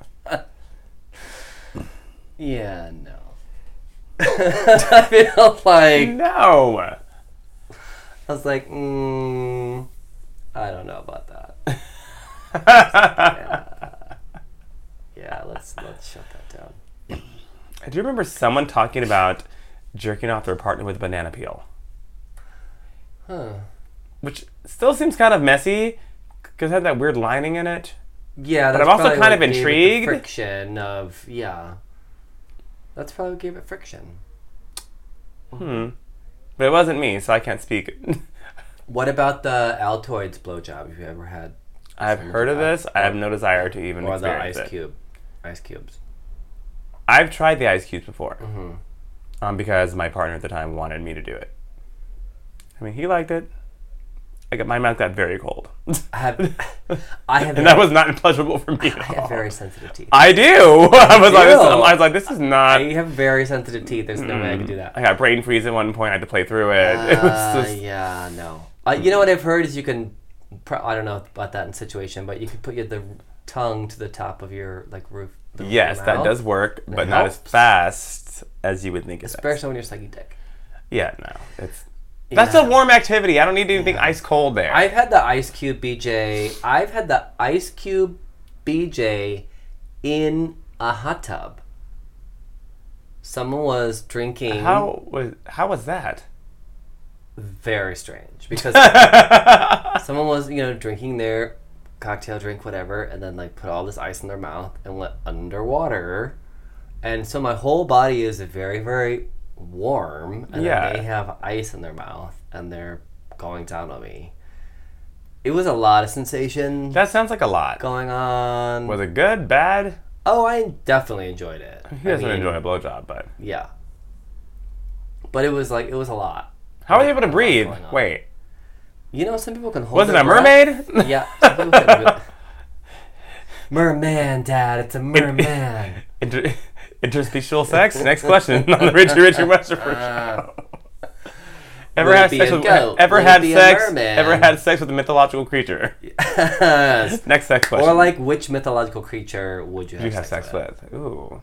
Speaker 1: yeah, no. I feel like
Speaker 2: No.
Speaker 1: I was like, mm, I don't know about that. Yeah, let's let's shut that down.
Speaker 2: I do remember someone talking about jerking off their partner with a banana peel,
Speaker 1: Huh.
Speaker 2: which still seems kind of messy because it had that weird lining in it.
Speaker 1: Yeah, that's
Speaker 2: I'm also
Speaker 1: probably
Speaker 2: kind
Speaker 1: what
Speaker 2: of
Speaker 1: gave it the
Speaker 2: intrigued.
Speaker 1: friction of yeah, that's probably what gave it friction.
Speaker 2: Hmm. But it wasn't me, so I can't speak.
Speaker 1: What about the Altoids blowjob? If you ever had,
Speaker 2: I've
Speaker 1: Some
Speaker 2: heard of
Speaker 1: guy.
Speaker 2: this. I have no desire to even
Speaker 1: or the
Speaker 2: experience
Speaker 1: ice
Speaker 2: it.
Speaker 1: cube, ice cubes.
Speaker 2: I've tried the ice cubes before,
Speaker 1: Mm-hmm.
Speaker 2: um, because my partner at the time wanted me to do it. I mean, he liked it. I got, my mouth got very cold, and
Speaker 1: I have, I have,
Speaker 2: that was not pleasurable for me. At
Speaker 1: I have
Speaker 2: all.
Speaker 1: very sensitive teeth.
Speaker 2: I do. I was like, this,
Speaker 1: do.
Speaker 2: I was like, this is not.
Speaker 1: I have very sensitive teeth. There's no way I could do that.
Speaker 2: I got brain freeze at one point. I had to play through it. it was
Speaker 1: Uh,
Speaker 2: just,
Speaker 1: yeah, no. Uh, you know what I've heard is you can, pro- I don't know about that in situation, but you can put your the tongue to the top of your like roof. the roof of
Speaker 2: yes,
Speaker 1: your
Speaker 2: that
Speaker 1: mouth,
Speaker 2: does work, but not as
Speaker 1: helps.
Speaker 2: fast as you would think. It does.
Speaker 1: Especially when you're sucking dick.
Speaker 2: Yeah, no, it's that's a warm activity. I don't need anything ice cold there.
Speaker 1: I've had the Ice Cube BJ. I've had the Ice Cube BJ in a hot tub. Someone was drinking.
Speaker 2: how was how was that?
Speaker 1: Very strange because someone was you know drinking their cocktail drink whatever and then like put all this ice in their mouth and went underwater and so my whole body is very very warm and
Speaker 2: Yeah.
Speaker 1: then they have ice in their mouth and they're going down on me it was a lot of sensation
Speaker 2: That sounds like a lot.
Speaker 1: going on
Speaker 2: Was it good, bad?
Speaker 1: oh i definitely enjoyed it
Speaker 2: He doesn't enjoy a blowjob, but
Speaker 1: yeah but it was like it was a lot
Speaker 2: how are they able to breathe?
Speaker 1: going on.
Speaker 2: Wait,
Speaker 1: you know some people can hold
Speaker 2: wasn't
Speaker 1: their
Speaker 2: a
Speaker 1: breath.
Speaker 2: mermaid?
Speaker 1: Yeah. something with that really- merman, Dad. It's a merman.
Speaker 2: Inter- interspecial sex. Next question on the Richie Richie Western show. Ever
Speaker 1: Would it
Speaker 2: had
Speaker 1: be
Speaker 2: sex
Speaker 1: a
Speaker 2: with,
Speaker 1: goat?
Speaker 2: ever
Speaker 1: Would it
Speaker 2: had
Speaker 1: be a
Speaker 2: sex
Speaker 1: merman?
Speaker 2: ever had sex with a mythological creature?
Speaker 1: Yes.
Speaker 2: Next sex question.
Speaker 1: Or like, which mythological creature would you have, Hmm.
Speaker 2: you have sex with? Ooh,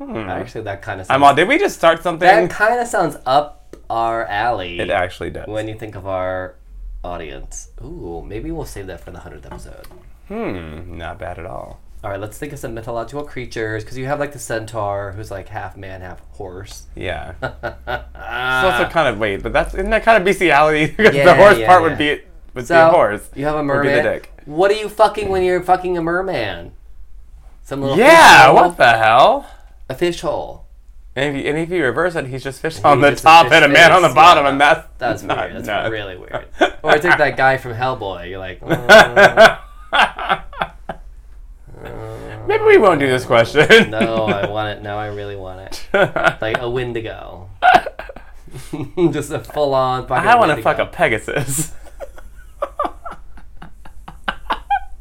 Speaker 1: Actually, that kind of
Speaker 2: I'm all. Did we just start something?
Speaker 1: that kind of sounds up our alley
Speaker 2: it actually does.
Speaker 1: when you think of our audience. Ooh, maybe we'll save that for the hundredth episode.
Speaker 2: Hmm, not bad at all.
Speaker 1: All right, let's think of some mythological creatures because you have like the centaur, who's like half man, half horse.
Speaker 2: Yeah. it's also kind of wait, but that's isn't that kind of bestiality? Because
Speaker 1: Yeah,
Speaker 2: the horse
Speaker 1: yeah,
Speaker 2: part
Speaker 1: yeah.
Speaker 2: would be would be
Speaker 1: So
Speaker 2: a horse.
Speaker 1: you have a
Speaker 2: Or be the
Speaker 1: merman.
Speaker 2: dick.
Speaker 1: What are you fucking when you're fucking a merman? Some little
Speaker 2: Yeah,
Speaker 1: fish hole?
Speaker 2: what the hell?
Speaker 1: a fish hole.
Speaker 2: And if, you, and if you reverse it, he's just fish on the
Speaker 1: just a
Speaker 2: top
Speaker 1: fish
Speaker 2: and a man on the
Speaker 1: face,
Speaker 2: bottom,
Speaker 1: yeah.
Speaker 2: and that's
Speaker 1: That's
Speaker 2: not-
Speaker 1: weird. That's
Speaker 2: no.
Speaker 1: really weird. Or it's like that guy from Hellboy. You're like, "Mm,
Speaker 2: Maybe we won't do this question.
Speaker 1: no, I want it. No, I really want it. Like a Wendigo. Just a full on fucking.
Speaker 2: I want to
Speaker 1: Wendigo.
Speaker 2: fuck a Pegasus.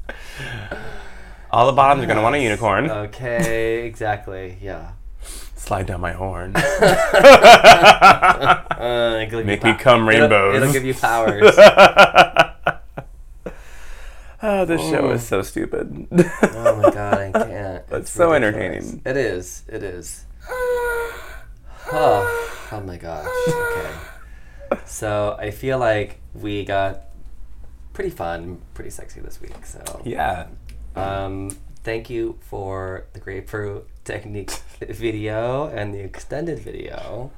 Speaker 2: All the bottoms are gonna want a unicorn.
Speaker 1: Uh, Okay, exactly. Yeah.
Speaker 2: Slide down my horn.
Speaker 1: Uh, it'll give you
Speaker 2: Make me
Speaker 1: pow-
Speaker 2: come
Speaker 1: it'll-
Speaker 2: rainbows.
Speaker 1: It'll, give you powers.
Speaker 2: oh, this show is so stupid.
Speaker 1: oh my god, I can't. That's
Speaker 2: so entertaining.
Speaker 1: It is. It is. Oh, oh my gosh. Okay. So I feel like we got pretty fun, pretty sexy this week. So
Speaker 2: yeah.
Speaker 1: Um, thank you for the grapefruit technique video and the extended video.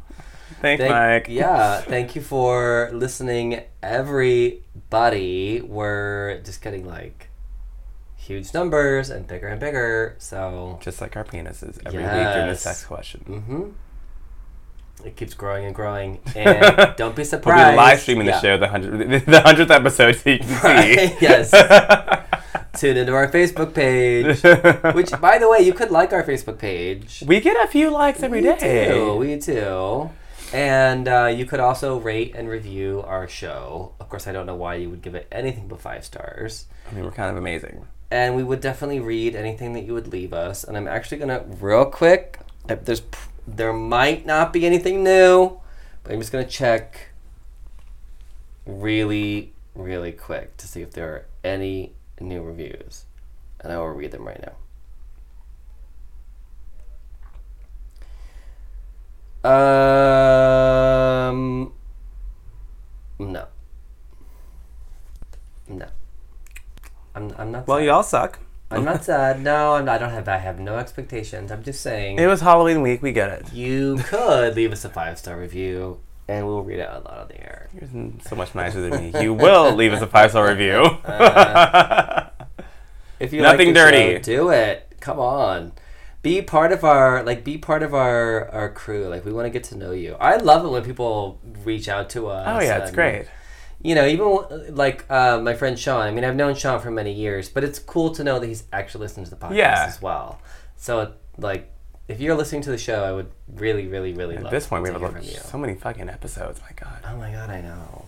Speaker 2: Thanks,
Speaker 1: Thank,
Speaker 2: Mike.
Speaker 1: Yeah, thank you for listening, everybody. We're just getting like huge numbers and bigger and bigger. So
Speaker 2: Just like our penises every week during the
Speaker 1: Yes.
Speaker 2: sex question.
Speaker 1: hmm it keeps growing and growing. And don't be
Speaker 2: We'll
Speaker 1: surprised.
Speaker 2: be live streaming the
Speaker 1: Yeah.
Speaker 2: show, the hundredth, the hundredth episode, so you can see.
Speaker 1: yes. Tune into our Facebook page. Which, by the way, you could like our Facebook page.
Speaker 2: we get a few likes every
Speaker 1: we
Speaker 2: day.
Speaker 1: do. We do. And uh, you could also rate and review our show. Of course, I don't know why you would give it anything but five stars.
Speaker 2: I mean, we're kind of amazing.
Speaker 1: And we would definitely read anything that you would leave us. And I'm actually gonna real quick. uh, There's p- there might not be anything new, but I'm just gonna check really really quick to see if there are any new reviews, and I will read them right now. Um, no. No. I'm, I'm not.
Speaker 2: Well,
Speaker 1: sad.
Speaker 2: you all suck.
Speaker 1: I'm not sad. No, I'm, I don't have. I have no expectations. I'm just saying.
Speaker 2: It was Halloween week. We get it.
Speaker 1: you could leave us a five star review, and we'll read it out loud on the air.
Speaker 2: You're so much nicer than me. You will leave us a five star review.
Speaker 1: If you
Speaker 2: Nothing
Speaker 1: like the show,
Speaker 2: dirty.
Speaker 1: do it. Come on. be part of our like be part of our our crew. Like we want to get to know you. I love it when people reach out to us.
Speaker 2: Oh yeah, it's
Speaker 1: and,
Speaker 2: great.
Speaker 1: You know, even uh, like uh, my friend Sean. I mean, I've known Sean for many years, but it's cool to know that he's actually listening to the podcast
Speaker 2: Yeah.
Speaker 1: as well. So like, if you're listening to the show, I would really, really, really love
Speaker 2: At this point, we
Speaker 1: to
Speaker 2: have
Speaker 1: hear
Speaker 2: like
Speaker 1: from you.
Speaker 2: so many fucking episodes. My God.
Speaker 1: Oh my god, I know.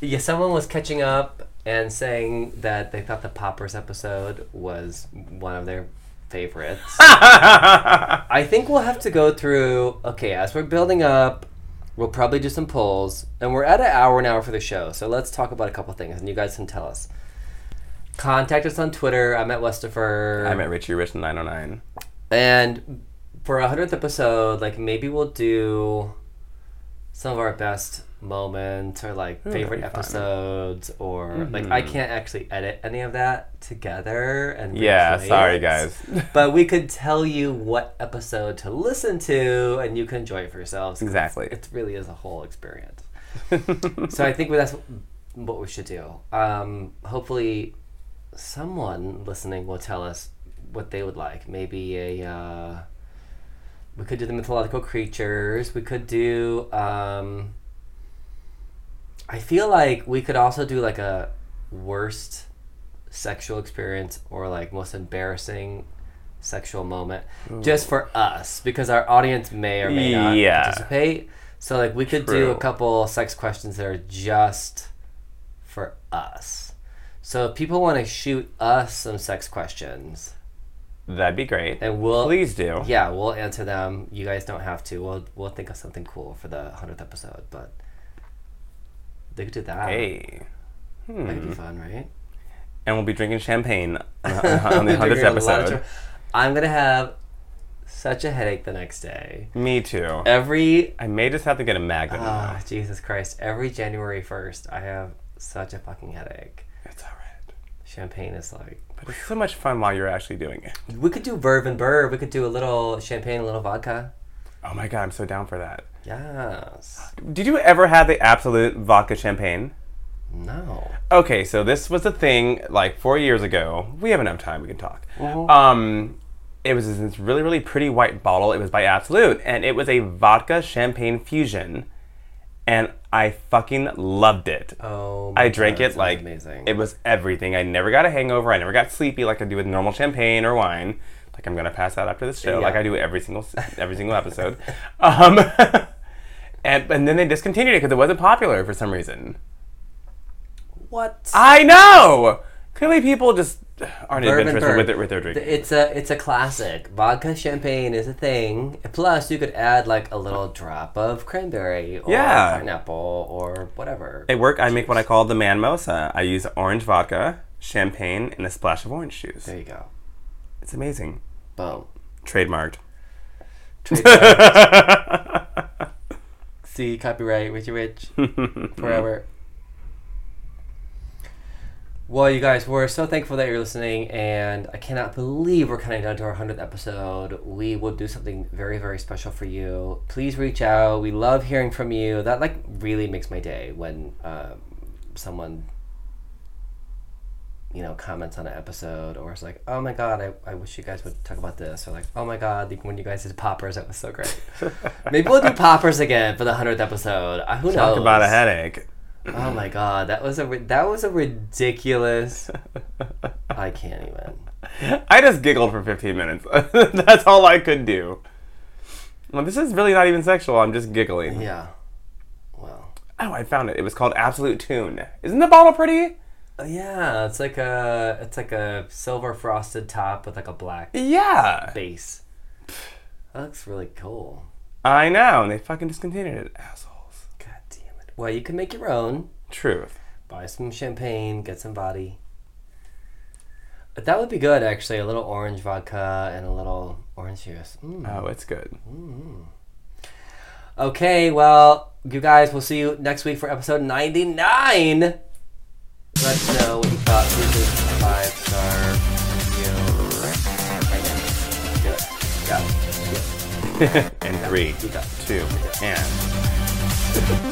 Speaker 1: Yeah, someone was catching up and saying that they thought the Poppers episode was one of their favorites. I think we'll have to go through. Okay, as we're building up, we'll probably do some polls, and we're at an hour now for the show. So let's talk about a couple things, and you guys can tell us. Contact us on Twitter. I'm at Westifer.
Speaker 2: I met Richie Rich 909.
Speaker 1: And for a hundredth episode, like maybe we'll do some of our best moments or like
Speaker 2: that'd
Speaker 1: favorite
Speaker 2: be fun. Mm-hmm.
Speaker 1: episodes or like I can't actually edit any of that together and
Speaker 2: Yeah,
Speaker 1: replay
Speaker 2: sorry
Speaker 1: it.
Speaker 2: guys.
Speaker 1: But we could tell you what episode to listen to and you can enjoy it for yourselves. 'cause
Speaker 2: Exactly.
Speaker 1: It really is a whole experience. so I think that's what we should do. Um, hopefully, someone listening will tell us what they would like. Maybe a. Uh, we could do the mythological creatures. We could do. Um, I feel like we could also do like a worst sexual experience or like most embarrassing sexual moment just for us because our audience may or may not
Speaker 2: Yeah.
Speaker 1: participate. So like we could do a
Speaker 2: True.
Speaker 1: couple sex questions that are just for us. So if people want to shoot us some sex questions,
Speaker 2: That'd be great.
Speaker 1: and we'll
Speaker 2: Please do.
Speaker 1: yeah we'll answer them. You guys don't have to. We'll we'll think of something cool for the hundredth episode, but they could do that.
Speaker 2: Hey. Hmm.
Speaker 1: That could be fun, right?
Speaker 2: And we'll be drinking champagne on the- on the hundredth
Speaker 1: Drinking a lot of
Speaker 2: episode.
Speaker 1: tr- I'm gonna have such a headache the next day.
Speaker 2: Me too.
Speaker 1: Every
Speaker 2: I may just have to get a magnet.
Speaker 1: ah Jesus Christ! Every January first, I have such a fucking headache.
Speaker 2: it's alright.
Speaker 1: Champagne is like
Speaker 2: But it's so much fun while you're actually doing it.
Speaker 1: we could do verve and burr. We could do a little champagne, a little vodka.
Speaker 2: Oh my god, I'm so down for that.
Speaker 1: Yes.
Speaker 2: Did you ever have the absolute vodka champagne?
Speaker 1: No.
Speaker 2: Okay, so this was a thing like four years ago. We have enough time; we can talk.
Speaker 1: Mm-hmm.
Speaker 2: Um, it was this really, really pretty white bottle. It was by Absolute, and it was a vodka champagne fusion, and I fucking loved it.
Speaker 1: Oh. my
Speaker 2: I drank
Speaker 1: God,
Speaker 2: it
Speaker 1: sounds
Speaker 2: like
Speaker 1: amazing.
Speaker 2: it was everything. I never got a hangover. I never got sleepy like I do with normal champagne or wine. Like I'm gonna pass out after this show, like
Speaker 1: Yeah.
Speaker 2: I do every single every single episode. Um, and and then they discontinued it because it wasn't popular for some reason.
Speaker 1: what?
Speaker 2: I know. Clearly, people just aren't
Speaker 1: Bourbon
Speaker 2: adventurous
Speaker 1: bird.
Speaker 2: with, their- with their drinking.
Speaker 1: It's a it's a classic. Vodka champagne is a thing. Plus, you could add like a little drop of cranberry or
Speaker 2: Yeah.
Speaker 1: pineapple or whatever.
Speaker 2: At work, I make what I call the manmosa. I use orange vodka, champagne, and a splash of orange juice.
Speaker 1: there you go.
Speaker 2: It's amazing.
Speaker 1: Boom.
Speaker 2: Trademarked.
Speaker 1: See copyright Richie Rich
Speaker 2: Mm-hmm.
Speaker 1: forever. Well, you guys, we're so thankful that you're listening, and I cannot believe we're counting down to our 100th episode. We will do something very, very special for you. Please reach out. We love hearing from you. That, like, really makes my day when um, someone, you know, comments on an episode or is like, oh my god, I, I wish you guys would talk about this, or like, oh my god, like, when you guys did Poppers, that was so great. Maybe we'll do Poppers again for the 100th episode. Uh, Who knows?
Speaker 2: Talk about a headache.
Speaker 1: Oh my god, that was a ri- that was a ridiculous. I can't even.
Speaker 2: I just giggled for 15 minutes. That's all I could do. Well, this is really not even sexual. I'm just giggling.
Speaker 1: Yeah. Well.
Speaker 2: Oh, I found it. It was called Absolute Tune. Isn't the bottle pretty?
Speaker 1: Oh, yeah, it's like a it's like a silver frosted top with like a black
Speaker 2: Yeah.
Speaker 1: base. That looks really cool.
Speaker 2: I know. And they fucking discontinued it. Assholes.
Speaker 1: God damn it. Well, you can make your own.
Speaker 2: Truth.
Speaker 1: Buy some champagne, get some body. But that would be good actually. A little orange vodka and a little orange juice. Mm.
Speaker 2: Oh, it's good.
Speaker 1: Okay, well, you guys, we'll see you next week for episode 99. Let us know what you thought. This is a five star review right now. Do it. Go. Do it.
Speaker 2: And three, two, and.